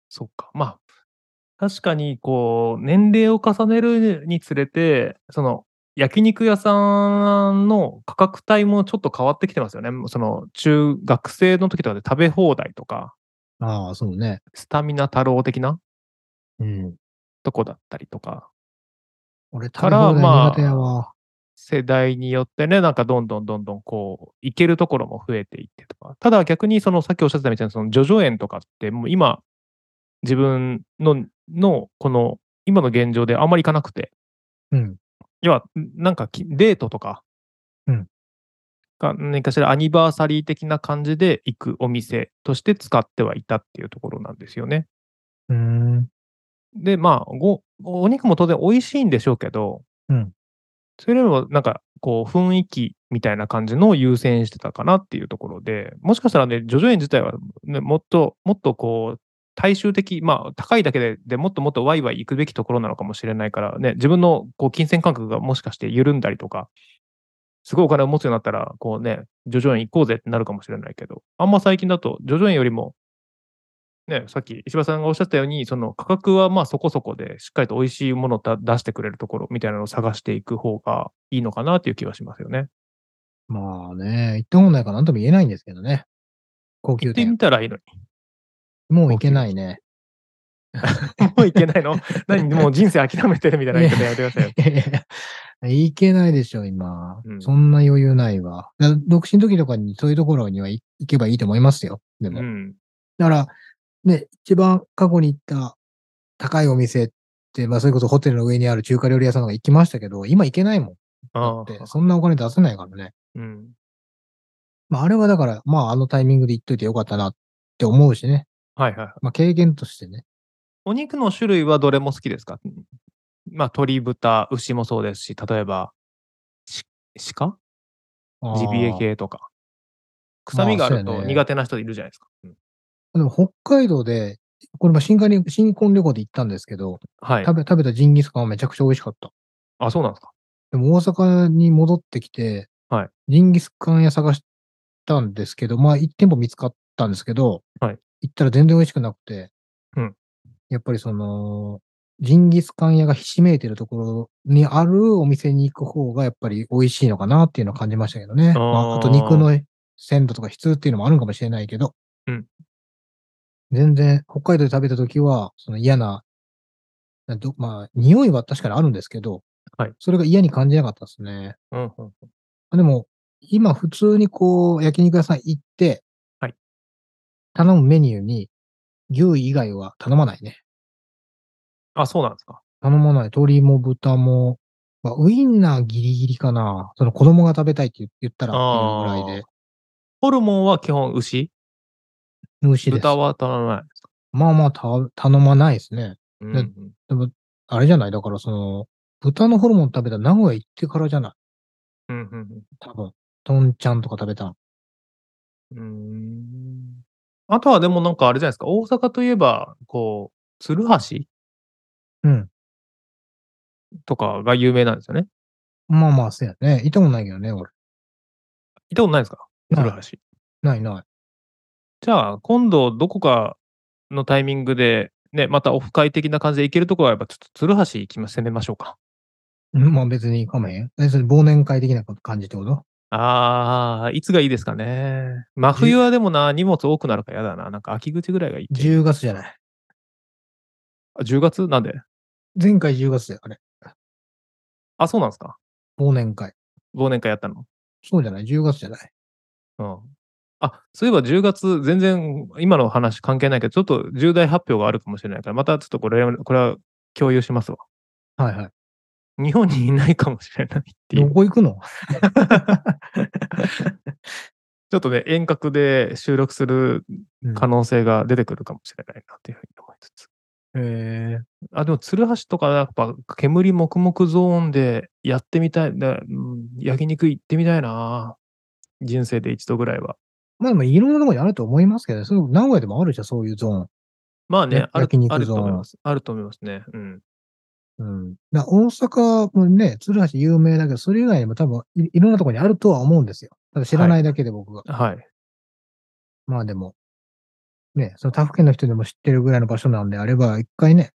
B: そっか。まあ、確かに、こう、年齢を重ねるにつれて、その、焼肉屋さんの価格帯もちょっと変わってきてますよね。その、中学生の時とかで食べ放題とか、
A: ああ、そうね。
B: スタミナ太郎的な
A: うん。
B: とこだったりとか、
A: 俺、食べ
B: から
A: 放題
B: まあ
A: 苦手やわ。
B: 世代によってね、なんかどんどんどんどんこう、行けるところも増えていってとか。ただ逆にそのさっきおっしゃってたみたいな、その叙々苑とかってもう今、自分の、の、この、今の現状であんまり行かなくて。
A: うん。
B: 要は、なんかきデートとか、
A: うん
B: が何かしらアニバーサリー的な感じで行くお店として使ってはいたっていうところなんですよね。
A: うーん。
B: で、まあ、ごお肉も当然美味しいんでしょうけど、
A: うん
B: それよりもなんか、こう、雰囲気みたいな感じのを優先してたかなっていうところで、もしかしたらね、ジョジョ園自体は、ね、もっと、もっとこう、大衆的、まあ、高いだけででもっともっとワイワイ行くべきところなのかもしれないから、ね、自分のこう金銭感覚がもしかして緩んだりとか、すごいお金を持つようになったら、こうね、ジョジョ園行こうぜってなるかもしれないけど、あんま最近だと、ジョジョ園よりもね、さっき石破さんがおっしゃったように、その価格はまあそこそこで、しっかりと美味しいものをだ出してくれるところみたいなのを探していく方がいいのかなっていう気はしますよね。
A: まあね、行った本ないから何とも言えないんですけどね。高
B: 行
A: 級
B: って
A: 店
B: み。たらいいのに。
A: もう行けないね。
B: もう行けな
A: *laughs*
B: いの何もう人生諦めてるみたいな言い方やめてくださいよ。
A: いやいやいや *laughs* 行けないでしょ、今。
B: うん
A: そんな余裕ないわ。だ独身の時とかにそういうところには行行けばいいと思いますよ。でも。
B: うん。
A: だから、ね、一番過去に行った高いお店って、まあ、それこそホテルの上にある中華料理屋さんとか行きましたけど、今行けないもん。だ
B: あ
A: って、
B: あ。
A: そんなお金出せないからね。
B: うん。
A: まあ、あれはだから、まあ、あのタイミングで行っといてよかったなって思うしね。
B: はいはい。
A: まあ、経験としてね。
B: お肉の種類はどれも好きですかまあ鶏、豚、牛もそうですし、例えば、し鹿
A: あー
B: ジビエ。系とか。臭みがある
A: まあそう
B: と
A: やね
B: 苦手な人いるじゃないですか。うん
A: でも、北海道で、これ、まあ、新婚旅新婚旅行で行ったんですけど、
B: はい。
A: 食べ、食べたジンギスカンはめちゃくちゃ美味しかった。
B: あ、そうなんですか。
A: でも大阪に戻ってきて、
B: はい
A: ジンギスカン屋探したんですけど、まあ1店舗見つかったんですけど、
B: はい
A: 行ったら全然美味しくなくて、
B: うん
A: やっぱりその、ジンギスカン屋がひしめいてるところにあるお店に行く方がやっぱり美味しいのかなっていうのを感じましたけどね。
B: あー
A: まあ、あと肉の鮮度とか質っていうのもあるのかもしれないけど、
B: うん
A: 全然北海道で食べた時は、その嫌な、などまあ匂いは確かにあるんですけど、それが嫌に感じなかったですね。
B: うんうん。
A: でも、今普通にこう、焼肉屋さん行って、
B: はい
A: 頼むメニューに、牛以外は頼まないね。
B: あ、そうなんですか。
A: 頼まない。鶏も豚も、まあ、ウインナーギリギリかな。その子供が食べたいって言言ったらっていうぐらいで。
B: ホルモンは基本牛
A: 牛です。
B: 豚は足らない。
A: まあまあた頼まないですね。
B: うんうん
A: でも、あれじゃないだからその、豚のホルモン食べた名古屋行ってからじゃない
B: うんうん
A: 多分。トンちゃんとか食べたの。
B: うんうんあとはでもなんかあれじゃないですか、大阪といえば、こう、鶴橋
A: うん。
B: とかが有名なんですよね。
A: まあまあ、そうやね。行ったことないけどね、俺。
B: 行ったことないですか
A: な
B: 鶴
A: い
B: 橋。
A: ないない。
B: じゃあ、今度どこかのタイミングで、ね、またオフ会的な感じで行けるところは、やっぱちょっと鶴橋行きま、攻めましょうか。
A: うんまあ別に構へん。えそれ忘年会的な感じってこと
B: あー、いつがいいですかね。真冬はでもな、荷物多くなるから嫌だな。なんか秋口ぐらいがいいって。
A: ?10 月じゃない。
B: あ10月なんで
A: 前回10月だよ、あれ。
B: あ、そうなんですか
A: 忘年会。
B: 忘年会やったの。
A: そうじゃない ?10 月じゃない。
B: うんあ、そういえば10月、全然今の話関係ないけど、ちょっと重大発表があるかもしれないから、またちょっとこれ、これは共有しますわ。
A: はいはい。
B: 日本にいないかもしれないってい
A: ど
B: う。
A: こ行くの
B: ちょっとね、遠隔で収録する
A: うん
B: 可能性が出てくるかもしれないなっていうふうに思いつつ。
A: えー、
B: あ、でも、鶴橋とかやっぱ煙黙々ゾーンでやってみたい。だうん焼肉行ってみたいな。人生で一度ぐらいは。
A: まあでもいろんなところにあると思いますけどね。それ名古屋でもあるじゃん、そういうゾ
B: まあね
A: や、
B: ある
A: 焼肉
B: ある
A: ゾ
B: と
A: ーン
B: 思います。あると思いますね。うん。
A: ーン。うん。だから大阪もね、鶴橋有名だけど、それ以外にも多分いいろんなところにあるとは思うんですよ。ただ知らないだけで僕が。
B: はい。
A: まあでも、ね、その他府県の人でも知ってるぐらいの場所なんであれば、一回ね、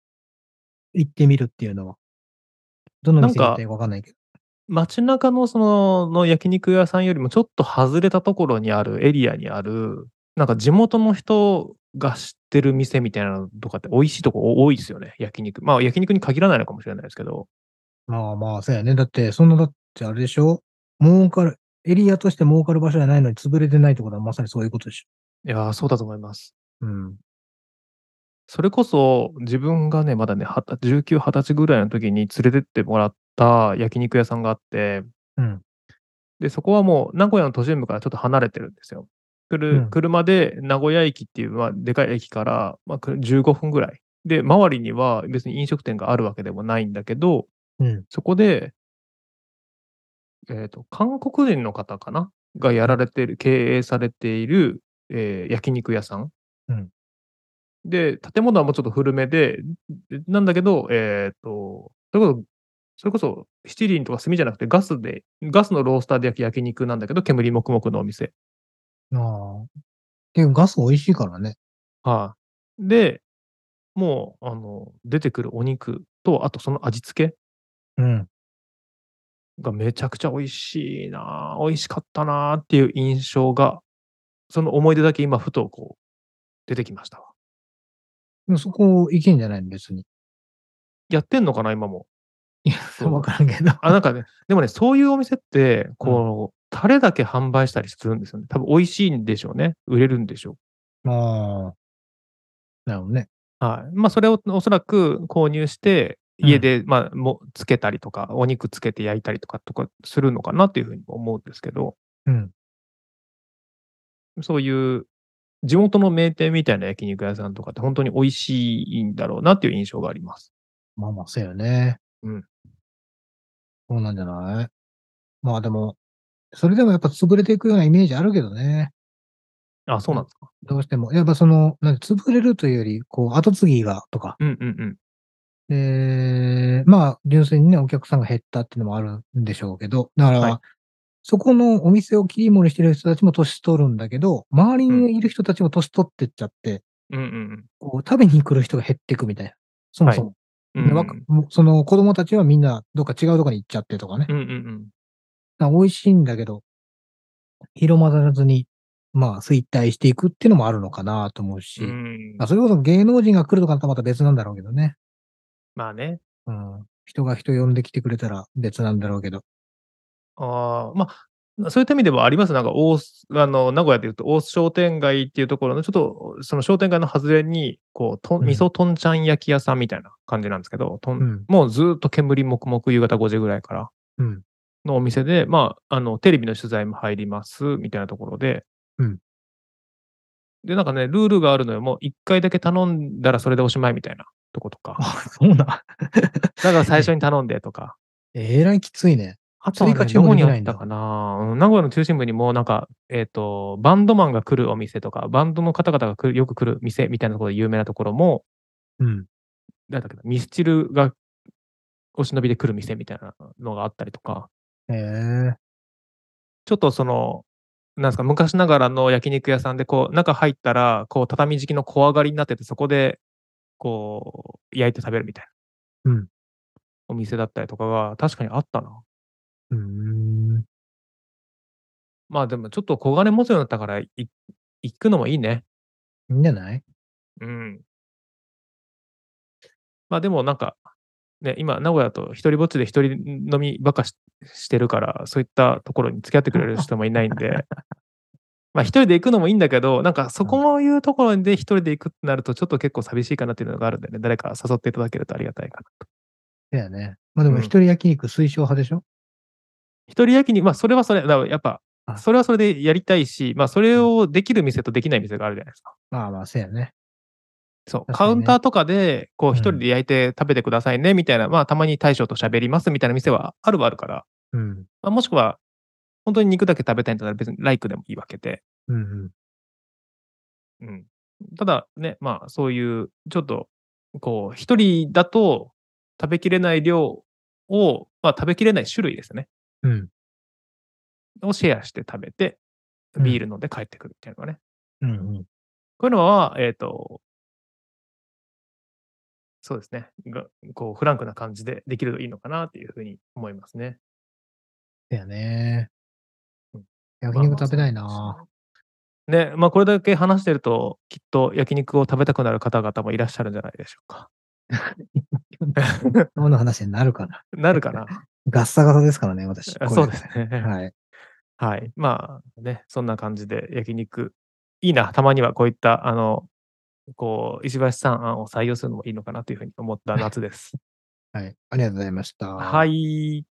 A: 行ってみるっていうのは、どの店に行ったらいいかわかんないけど。
B: 街中のそのの焼肉屋さんよりもちょっと外れたところにあるエリアにあるなんか地元の人が知ってる店みたいなのとかって美味しいとこ多いですよね焼肉まあ焼肉に限らないのかもしれないですけど
A: まあまあ、そうやね。だって、そんな、だってあれでしょ儲かる、エリアとして儲かる場所じゃないのに潰れてないってことはまさにそういうことでし
B: いやーそうだと思います
A: ょ。うん。
B: それこそ自分がねまだねはた19、20歳ぐらいの時に連れてってもらった焼肉屋さんがあって
A: うん。
B: でそこはもう名古屋の都心部からちょっと離れてるんですよくる
A: うん
B: 車で名古屋駅っていう、まあ、でかい駅から、まあ、くる15分ぐらいで周りには別に飲食店があるわけでもないんだけど
A: うん。
B: そこで、えー、と韓国人の方かながやられている、経営されている、えー焼肉屋さん。
A: うん
B: で、建物はもうちょっと古めで、でなんだけど、えっ、と、それこそ、それこそ七輪とか炭じゃなくてガスで、ガスのロースターで焼き焼肉なんだけど、煙もくもくのお店。
A: ああ。でもガス美味しいからね。
B: はい。で、もう、あの、出てくるお肉と、あとその味付け。
A: うん。
B: がめちゃくちゃ美味しいなあ美味しかったなあっていう印象が、その思い出だけ今、ふとこう、出てきましたわ。
A: でもそこ行けんじゃないの別に。
B: やってんのかな、今も。いや、
A: わからんけど。
B: あ、なんかね、でもね、そういうお店って、こう、タレだけ販売したりするんですよね。多分美味しいんでしょうね。売れるんでしょ
A: ああ。なるほどね。
B: う。はい。まあ、それをおそらく購入して、
A: うん
B: 家で、まあ、もうつけたりとか、お肉つけて焼いたりとか、とかするのかなっていうふうにも思うんですけど、
A: うん。
B: そういう地元の名店みたいな焼肉屋さんとかって本当に美味しいんだろうなっていう印象があります。
A: まあまあ、そうよね。
B: うん。
A: そうなんじゃないまあでも、それでもやっぱ潰れていくようなイメージあるけどね。
B: あ、そうなんですか。
A: どうしても。やっぱその、なんて潰れるというより、こう、後継ぎがとか。
B: うんうんうん。
A: で、まあ、純粋にね、お客さんが減ったっていうのもあるんでしょうけど。だから、
B: はい
A: そこのお店を切り盛りしてる人たちも年取るんだけど、周りにいる人たちも年取ってっちゃって、
B: うんうん
A: こう、食べに来る人が減っていくみたいな。そもそも。
B: うん。
A: でわかもうその子供たちはみんなどっか違うとこに行っちゃってとかね。
B: うんうんうん。
A: なんか美味しいんだけど、広まらずに、まあ、衰退していくっていうのもあるのかなと思うし、
B: うん
A: まあ、それこそ芸能人が来るとかだとまた別なんだろうけどね。
B: まあね。
A: うん。人が人呼んできてくれたら別なんだろうけど。
B: あーまあ、そういった意味ではあります。なんか大須、あの、名古屋でいうと、大須商店街っていうところの、ちょっと、その商店街の外れに、こう、
A: う
B: と
A: ん
B: 味噌とんちゃん焼き屋さんみたいな感じなんですけど、とん
A: うん。
B: もうずーっと煙もくもく夕方5時ぐらいから
A: うん
B: のお店で、まあ、あの、テレビの取材も入ります、みたいなところで。
A: うん
B: で、なんかね、ルールがあるのよ。もう1回だけ頼んだらそれでおしまいみたいなとことか。
A: あ、そうな。
B: だから最
A: *laughs*
B: 初に頼んでとか。
A: えらいきついね。
B: あとは、ね、
A: 追加注
B: どこ
A: 文でき
B: にあ
A: ない
B: っ
A: んだ
B: たかな、うん名古屋の中心部にも、なんか、えっ、と、バンドマンが来るお店とか、バンドの方々が来るよく来る店みたいなところで有名なところも、
A: うん。
B: なんだっけな、ミスチルがお忍びで来る店みたいなのがあったりとか。
A: ええ
B: ちょっとその、なんですか、昔ながらの焼肉屋さんで、こう、中入ったら、こう、畳敷きの小上がりになってて、そこで、こう、焼いて食べるみたいな。
A: うん
B: お店だったりとかが、確かにあったな。
A: うーん。
B: まあでも、ちょっと小金持つようになったから、い行くのもいいね。
A: いいんじゃない
B: うん。まあでも、なんか、ね、今、名古屋だと一人ぼっちで一人飲みばっかししてるから、そういったところに付き合ってくれる人もいないんで、 *laughs* まあ一人で行くのもいいんだけど、なんかそこもいうところで一人で行くってなると、ちょっと結構寂しいかなっていうのがあるんでね、誰か誘っていただけるとありがたいかなと。
A: だよね。まあでも
B: うん
A: 一人焼肉推奨派でしょ、
B: 一人焼きに、まあそれはそれ、だからやっぱ、
A: あ
B: それはそれでやりたいし、まあそれをできる店とできない店があるじゃないですか。
A: まあまあ、そうやね。
B: そう、
A: 確かに
B: カ
A: ね
B: ウンターとかで、
A: う
B: こう、
A: ん
B: 一人で焼いて食べてくださいね、みたいな、まあ、たまに大将と喋りますみたいな店はあるはあるから、
A: うん。
B: まあ、もしくは、本当に肉だけ食べたいんだったら別にライクでもいいわけで、
A: うんうん。
B: うん。ただね、まあ、そういう、ちょっと、こう、一人だと食べきれない量を、まあ、食べきれない種類ですね、
A: うん。
B: をシェアして食べて、
A: うん
B: ビール飲んで帰ってくるっていうのがね、
A: うんうん。
B: こういうのは、えっ、と、そうですね。がこう、フランクな感じでできるといいのかなっていうふうに思いますね。
A: だよね
B: うん。
A: 焼肉食べたい
B: まあまあ
A: な。
B: そうですね。ね、まあこれだけ話してると、きっと焼肉を食べたくなる方々もいらっしゃるんじゃないでしょうか。
A: 今日の話になるかな。
B: なる
A: *laughs*
B: かな
A: ガッサガサですからね、私。こ
B: あ
A: れ
B: そうですね。
A: はい。
B: はい。まあね、そんな感じで焼肉、いいな、たまにはこういった、あの、こう、石橋さん案を採用するのもいいのかなというふうに思った夏です。
A: はい。ありがとうございました。
B: はい。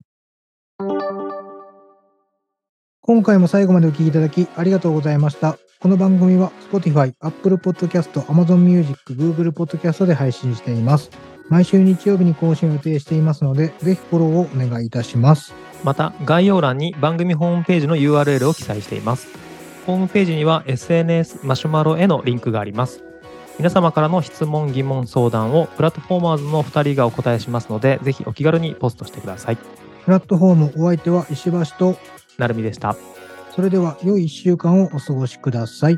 A: 今回も最後までお聞きいただきありがとうございました。この番組は Spotify、Apple Podcast、Amazon Music、Google Podcast で配信しています。毎週日曜日に更新を予定していますので、ぜひフォローをお願いいたします。
B: また、概要欄に番組ホームページの URL を記載しています。ホームページには SNS マシュマロへのリンクがあります。皆様からの質問、疑問、相談をプラットフォーマーズのお二人がお答えしますので、ぜひお気軽にポストしてください。
A: プラットフォームお相手は石橋と、
B: なるみでした。
A: それでは良い1週間をお過ごしください。